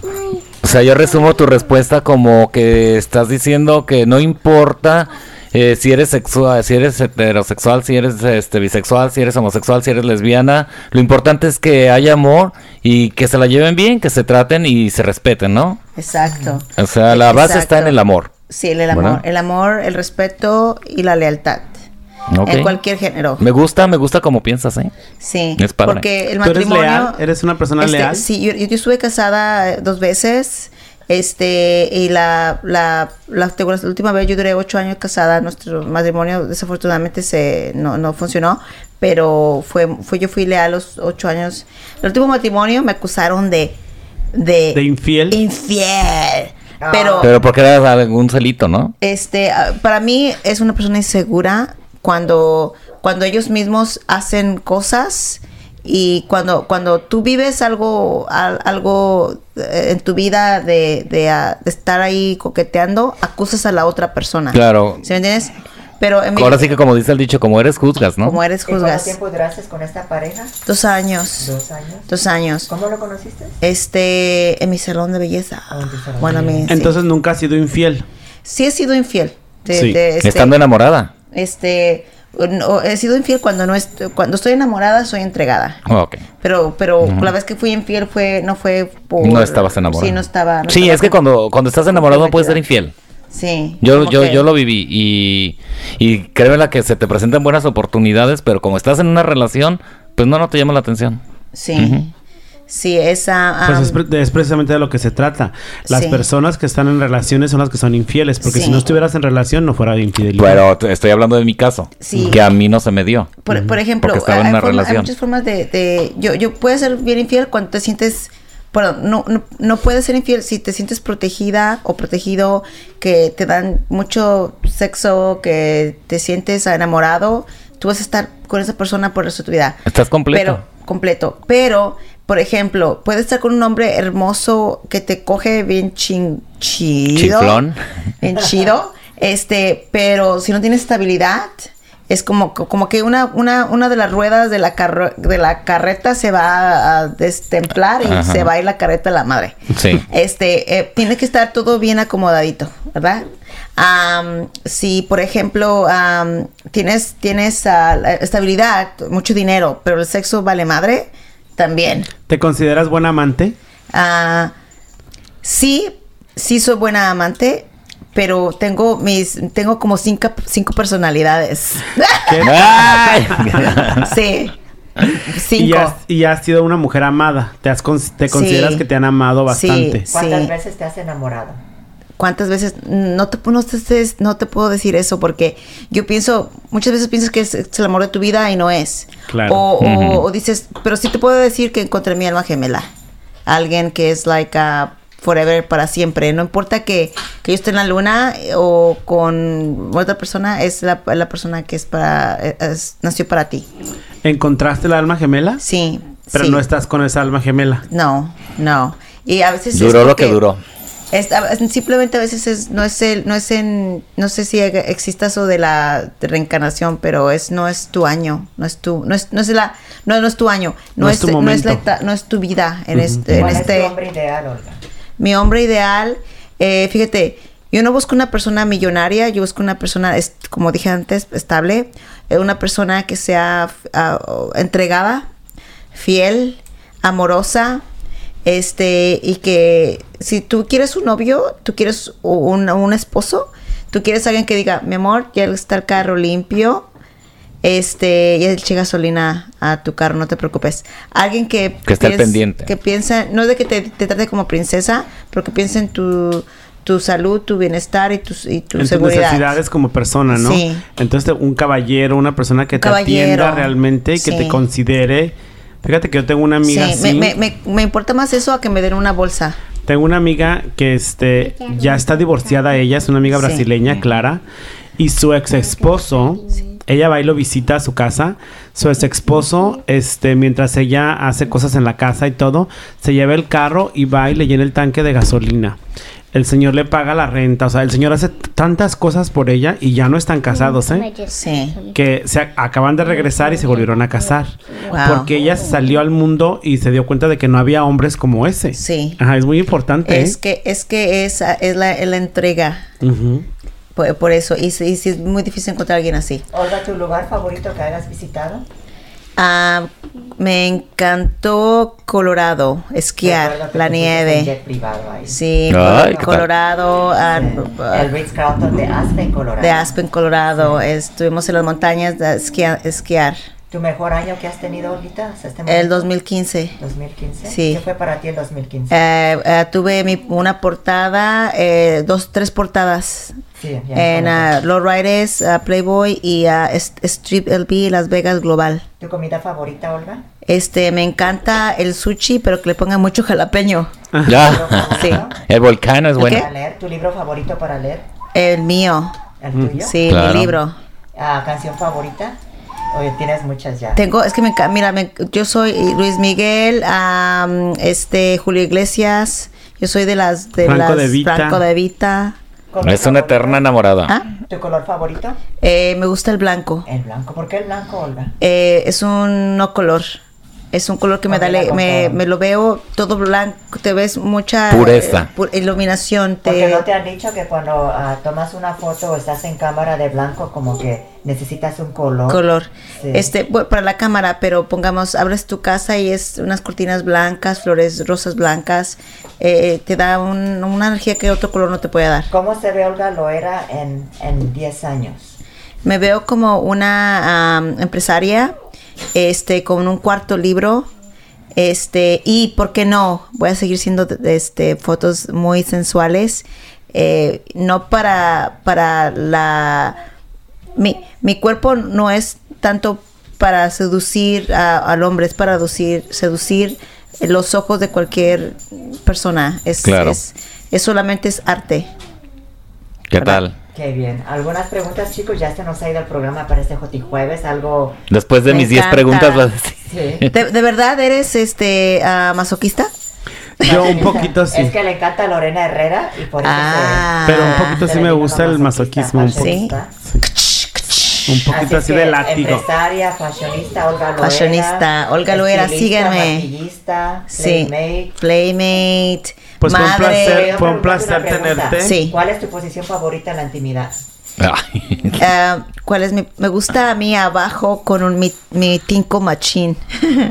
O sea, yo resumo tu respuesta como que estás diciendo que no importa eh, si eres sexual, si eres heterosexual, si eres este, bisexual, si eres homosexual, si eres lesbiana. Lo importante es que haya amor y que se la lleven bien, que se traten y se respeten, ¿no?
Exacto.
O sea, la base está
Exacto.
en el amor.
Sí, el, el amor,
¿Verdad?
el amor, el respeto y la lealtad.
Ok.
En cualquier género.
Me gusta, me gusta como piensas, ¿eh?
Sí.
Es padre.
Porque el
¿Tú eres
matrimonio.
leal? ¿Eres una persona
Este,
leal?
Sí, yo, yo- yo estuve casada eh, dos veces. Este, y la, la, la, te acuerdas, la última vez yo duré ocho años casada. Nuestro matrimonio desafortunadamente se, no, no funcionó, pero fue, fue, yo fui leal los ocho años. El último matrimonio me acusaron de. De,
¿De infiel?
Infiel.
Ah.
Pero,
Pero porque era algún celito, ¿no?
este, ah, para mí es una persona insegura cuando, cuando ellos mismos hacen cosas y cuando, cuando tú vives algo, al- algo eh, en tu vida de, de, ah, de estar ahí coqueteando, acusas a la otra persona.
Claro.
¿Sí me entiendes? Pero en mi-
Ahora sí que como dice el dicho, como eres juzgas, ¿no?
como eres
¿Y ¿Cuánto
juzgas.
tiempo duraste con esta pareja?
Dos años.
Dos años.
Dos años.
¿Cómo lo conociste?
Este, en mi salón de belleza.
Ah, en tu salón
Bueno, a
de
mí, sí.
Entonces nunca has sido infiel.
sí he sido infiel. De-
Sí.
de, este,
Estando enamorada.
este no, he sido infiel cuando no est- cuando estoy enamorada soy entregada
Ok.
pero pero la vez que fui infiel fue no fue por
No estabas enamorada.
sí no estaba no
sí,
estaba
es que
con-
cuando, cuando estás enamorado no puedes ser infiel.
sí
Yo,
como
yo,
que-
yo lo viví y, y créeme la que se te presentan buenas oportunidades, pero como estás en una relación, pues no, no te llama la atención.
sí sí esa
Pues
am,
es, pre- es precisamente de lo que se trata. Las
Ah. sí.
personas que están en relaciones son las que son infieles, porque
Sí.
si no estuvieras en relación no fuera de infidelidad.
Pero te- estoy hablando de mi caso,
Sí.
que a mí no se me dio.
por, por ejemplo
Porque
hay,
estaba en una
forma- hay
relación.
muchas formas de, de- yo yo puedo ser bien infiel cuando te sientes perdón, no, no, no puedes ser infiel si te sientes protegida o protegido, que te dan mucho sexo, que te sientes enamorado, tú vas a estar con esa persona por el resto de tu vida.
Estás completo.
Pero, completo. Pero, por ejemplo, puedes estar con un hombre hermoso que te coge bien chin, chido.
Chiflón.
Bien chido. Este, pero si no tienes estabilidad, es como, como que una, una, una de las ruedas de la, carro- de la carreta se va a destemplar y
Ajá.
se va a ir la carreta a la madre.
Sí.
Este, eh, tiene que estar todo bien acomodadito, ¿verdad? Am, si, por ejemplo, am, tienes, tienes ah, la estabilidad, mucho dinero, pero el sexo vale madre, también.
¿Te consideras buen amante?
Ah, sí, sí soy buena amante, pero tengo mis, tengo como cinco, cinco personalidades.
¿Qué?
¡Ay!
sí.
Y
Cinco.
has, y has sido una mujer amada. Te, has cons- te
Sí.
consideras que te han amado
Sí.
bastante.
¿Cuántas
Sí.
veces te has enamorado?
¿Cuántas veces? No te, no, te, no te puedo decir eso porque yo pienso, muchas veces piensas que es, es el amor de tu vida y no es.
Claro.
O, o-
Ujú.
o dices, pero sí te puedo decir que encontré mi alma gemela. Alguien que es like a forever, para siempre. No importa que, que yo esté en la luna eh, o con otra persona, es la, la persona que es para, eh, es- nació para ti.
¿Encontraste la alma gemela?
Sí.
Pero
sí.
no estás con esa alma gemela.
No, no. Y a veces es
Duró lo que
porque-
duró.
es- a- es- simplemente a veces es, no es el, no es en, no sé si haga- exista eso de la de reencarnación, pero es no es tu año, no es tu, no es, no es la, no, no es tu año, no,
No es
es,
tu
no es la
momento.
eta- no es tu vida en este, en
¿Cuál es tu
este,
hombre ideal, Olga?
mi hombre ideal, eh, fíjate, yo no busco una persona millonaria, yo busco una persona, es- como dije antes, estable, eh, una persona que sea f- ah, oh, entregada, fiel, amorosa, este, y que si tú quieres un novio, tú quieres u- un, un esposo, tú quieres alguien que diga, mi amor, ya está el carro limpio, este, ya le eché gasolina a tu carro, no te preocupes. Alguien que...
Que esté al pendiente.
Que piensa, no de que te, te trate como princesa, pero que piense en tu, tu salud, tu bienestar y tu, y tu
en tus
seguridad.
necesidades como persona, ¿no?
Sí.
Entonces, un caballero, una persona que
Un
te atienda
caballero.
realmente y que te
Sí.
considere. Fíjate que yo tengo una
Sí,
amiga
me,
así.
me- me- me importa más eso a que me den una bolsa.
Tengo una amiga que este ya está divorciada ella, es una amiga
Sí.
brasileña, Clara, y su ex esposo, ella va y lo visita a su casa. Su ex esposo, este, mientras ella hace cosas en la casa y todo, se lleva el carro y va y le llena el tanque de gasolina. el señor le paga la renta, o sea, el señor hace t- tantas cosas por ella y ya no están casados, ¿eh?
Sí.
que se ac- acaban de regresar y se volvieron a casar.
Wow.
Porque ella salió al mundo y se dio cuenta de que no había hombres como ese.
Sí.
Ajá, es muy importante.
Es
¿eh?
que, es que esa es la, es la entrega.
Ujú.
Por, por eso. Y, sí- y sí es muy difícil encontrar a alguien así.
Olga, ¿tu lugar favorito que hayas visitado?
Ah, me encantó Colorado,
Recuerdo
esquiar,
que
la
te fuiste en
nieve.
jet privado ahí.
Ay,
Sí, Colo-
qué tal.
Colorado, ah, ah,
El Ritz Carlton de Aspen, Colorado.
de Aspen, Colorado. Estuvimos en las montañas de esquia- esquiar.
¿Tu mejor año que has tenido ahorita? hasta este
El
momento?
2015.
2015.
Sí.
¿Qué fue para ti el 2015?
Eh, eh, tuve mi- una portada, eh, dos, tres portadas
sí, ya. pues.
en ah, Low Riders, ah, Playboy y ah, Est- Strip LB Las Vegas Global.
¿Tu comida favorita, Olga?
Este, me encanta el sushi, pero que le pongan mucho jalapeño.
Ya.
Sí.
El volcán es
¿El
bueno.
Para leer, ¿Tu libro favorito para leer?
El mío,
¿El tuyo?
Mm, sí,
Claro.
mi libro.
Ah, ¿Canción favorita? Oye, tienes muchas ya.
Tengo, es que me encanta, mira, me- yo soy Luis Miguel, am, este, Julio Iglesias, yo soy de las, de
Franco
las
de Vita.
Franco de Vita.
¿Color
Es una
favorito?
eterna enamorada.
Ah,
¿Tu color favorito?
eh, me gusta el blanco.
El blanco. ¿Por qué el blanco, Olga?
Eh, es un no color. Es un color que me da,
Combina
le-
con
me,
todo.
me lo veo todo blanco, te ves mucha
Pureza.
eh, pu- iluminación. te-
Porque no te han dicho que cuando ah, tomas una foto o estás en cámara de blanco, como que necesitas un color.
color.
Sí.
Este, bu- para la cámara, pero pongamos, abres tu casa y es unas cortinas blancas, flores rosas blancas, eh, te da un- una energía que otro color no te puede dar.
¿Cómo se ve Olga Loera en, en 10 años?
Me veo como una am, empresaria, este, con un cuarto libro, este, y por qué no, voy a seguir siendo este, fotos muy sensuales, eh, no para, para la, mi, mi cuerpo no es tanto para seducir a- al hombre, es para seducir, seducir los ojos de cualquier persona, es,
Claro.
es, es solamente es arte.
¿Qué tal?
Qué bien. Algunas preguntas, chicos, ya se nos ha ido el programa para este Joti Jueves. Algo.
Después de
Me
mis 10
encanta.
preguntas, vas a decir.
Sí.
¿De, de verdad eres este ah, masoquista?
Yo un poquito sí.
Es que le encanta a Lorena Herrera y por eso.
Ah.
se-
Pero un poquito
se
sí
le
me
llama
gusta el masoquismo. Un,
masoquista,
Sí.
masoquista.
po- un poquito así,
es
de
que
látigo.
Empresaria, fashionista, Olga Loera.
Fashionista, Olga Loera,
estilista,
síganme.
maquillista,
Sí.
playmate.
Playmate.
Pues fue un
madre.
placer. Fue un
Yo preguntarte
placer
una pregunta.
tenerte.
Sí.
¿Cuál es tu posición favorita en la intimidad?
Ay.
Ah, ¿Cuál es mi? Me gusta a mí abajo con un, mi, mi tinko machín.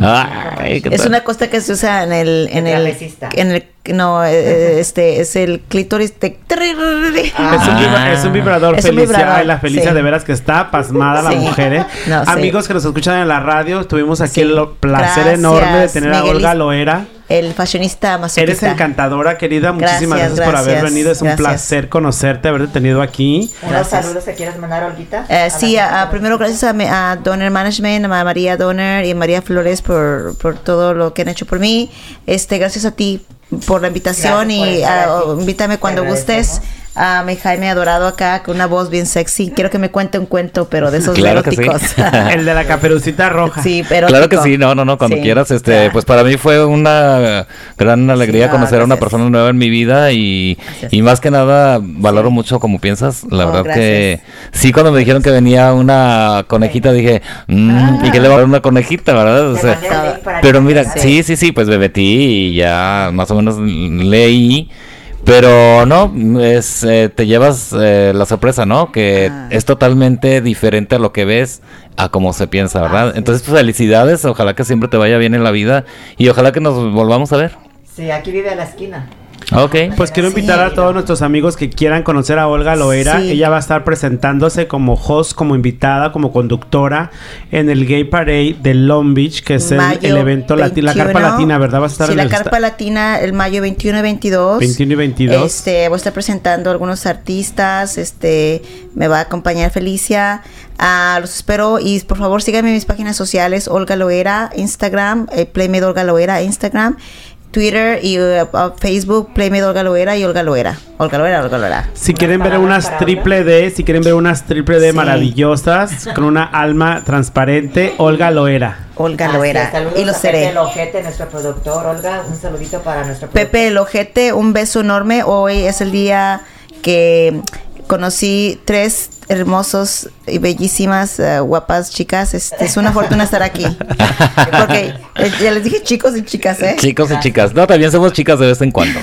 Ay, ¿qué
Es
tal?
una cosa que se usa en el. En
El
el,
trapecista.
en el no, eh, este es el clítoris de.
Es un, vibra-
Ah.
es un vibrador,
Es un
Felicia.
vibrador,
Ay, la Felicia
sí.
de veras que está pasmada la
Sí.
mujer, ¿eh?
No, sí.
Amigos que nos escuchan en la radio, tuvimos aquí
Sí.
el lo- placer
Gracias,
enorme de tener a
Miguelis.
Olga Loera.
El fashionista
Eres
masoquista.
encantadora, querida. Muchísimas
Gracias,
gracias, por haber
gracias,
venido. Es un
gracias.
placer conocerte, haberte tenido aquí.
¿Unos
Gracias.
saludos que quieres mandar, Olguita?
Eh, sí,
a la gente
ah,
que
primero
nos-
gracias a, mi- a Donner Management, a María Donner y María Flores por, por todo lo que han hecho por mí. Este, gracias a ti por la invitación
Gracias por
y
estar
ah,
aquí.
invítame
Te
cuando gustes.
agradecemos.
A mi Jaime Adorado acá con una voz bien sexy. Quiero que me cuente un cuento, pero de esos
Claro que sí.
eróticos.
El de la caperucita roja.
sí, pero
Claro que sí, no, no, no, cuando
Sí.
quieras, este,
Ah,
pues para mí fue una eh, gran alegría
no,
conocer a una
gracias.
persona nueva en mi vida y,
Gracias.
y más que nada valoro mucho como piensas, la
Oh,
verdad
gracias.
que sí cuando me dijeron que venía una conejita dije, mm, ¿y qué le va a dar una conejita, verdad? O
Te
sea,
mandé el link para
pero
que
mira,
te
sí, sí, sí, pues bebetí y ya más o menos leí. Pero no, es, eh, te llevas eh, la sorpresa, ¿no? Que
Ah.
es totalmente diferente a lo que ves, a cómo se piensa,
Ah,
¿verdad?
sí.
Entonces, pues, felicidades, ojalá que siempre te vaya bien en la vida y ojalá que nos volvamos a ver.
Sí, aquí vive a la esquina.
Ok.
Pues quiero
Sí.
invitar a todos nuestros amigos que quieran conocer a Olga Loera.
Sí.
Ella va a estar presentándose como host, como invitada, como conductora en el Gay Parade de Long Beach, que es el,
mayo
el evento latina, la carpa
21.
latina, ¿verdad? Va a estar
Sí,
en
la
el
carpa latina el mayo 21 y 22.
21 y 22.
Este, voy a estar presentando algunos artistas, este, me va a acompañar Felicia. Ah, los espero y por favor síganme en mis páginas sociales, Olga Loera, Instagram, eh, Playmate Olga Loera, Instagram, Twitter y eh, ah, Facebook, Playmate Olga Loera y Olga Loera. Olga Loera, Olga Loera.
Si quieren ver
palabra
unas
para
triple D, si quieren ver unas triple D
Sí.
maravillosas, con una alma transparente, Olga Loera.
Olga
Así es,
Loera.
saludos
y lo
a Pepe
seré.
Lojete, nuestro productor. Olga, un saludito para nuestro productor.
Pepe el Ojete, un beso enorme. Hoy es el día que conocí tres hermosos y bellísimas eh, guapas chicas. Este, es una fortuna estar aquí. Porque eh, ya les dije chicos y chicas, ¿eh?
Chicos y chicas. No, también somos chicas de vez en cuando.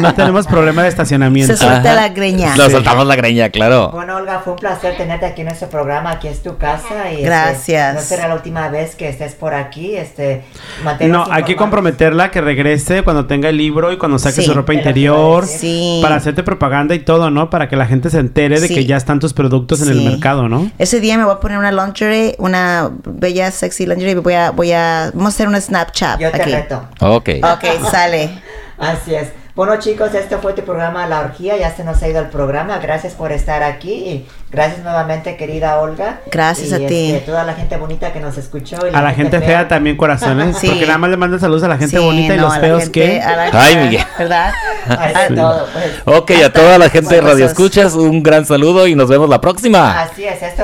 No tenemos problema de estacionamiento.
Se suelta
Ajá.
la greña.
Nos saltamos la greña, claro.
Bueno, Olga, fue un placer tenerte aquí en nuestro programa. Aquí es tu casa. Y este,
Gracias.
no será la última vez que estés por aquí. Este, manténnos
No, hay que
informados.
comprometerla que regrese cuando tenga el libro y cuando saque
Sí.
su ropa
Es lo que iba a
interior.
decir.
Sí.
Para hacerte propaganda y todo, ¿no? Para que la gente se entere de
Sí.
que ya están tus productos en el
Sí.
mercado, ¿no?
Ese día me voy a poner una lingerie, una bella sexy lingerie y voy a, voy a, vamos a hacer una Snapchat
Yo te
aquí.
reto.
Ok.
Ok, sale.
Así es. Bueno, chicos, este fue tu programa La Orgía. Ya se nos ha ido el programa. Gracias por estar aquí. Y gracias nuevamente, querida Olga.
Gracias
Y,
a ti.
este, toda la gente bonita que nos escuchó. y
A la gente fea también, corazones.
Sí.
Porque nada más le mandan saludos a la gente
Sí,
bonita y
no,
los
a la
feos
gente-
que.
a la-
Ay, Miguel.
¿Verdad?
Así
Sí.
todo, pues.
Ok, a toda la gente de Radio Escuchas, un gran saludo y nos vemos la próxima.
Así es, esto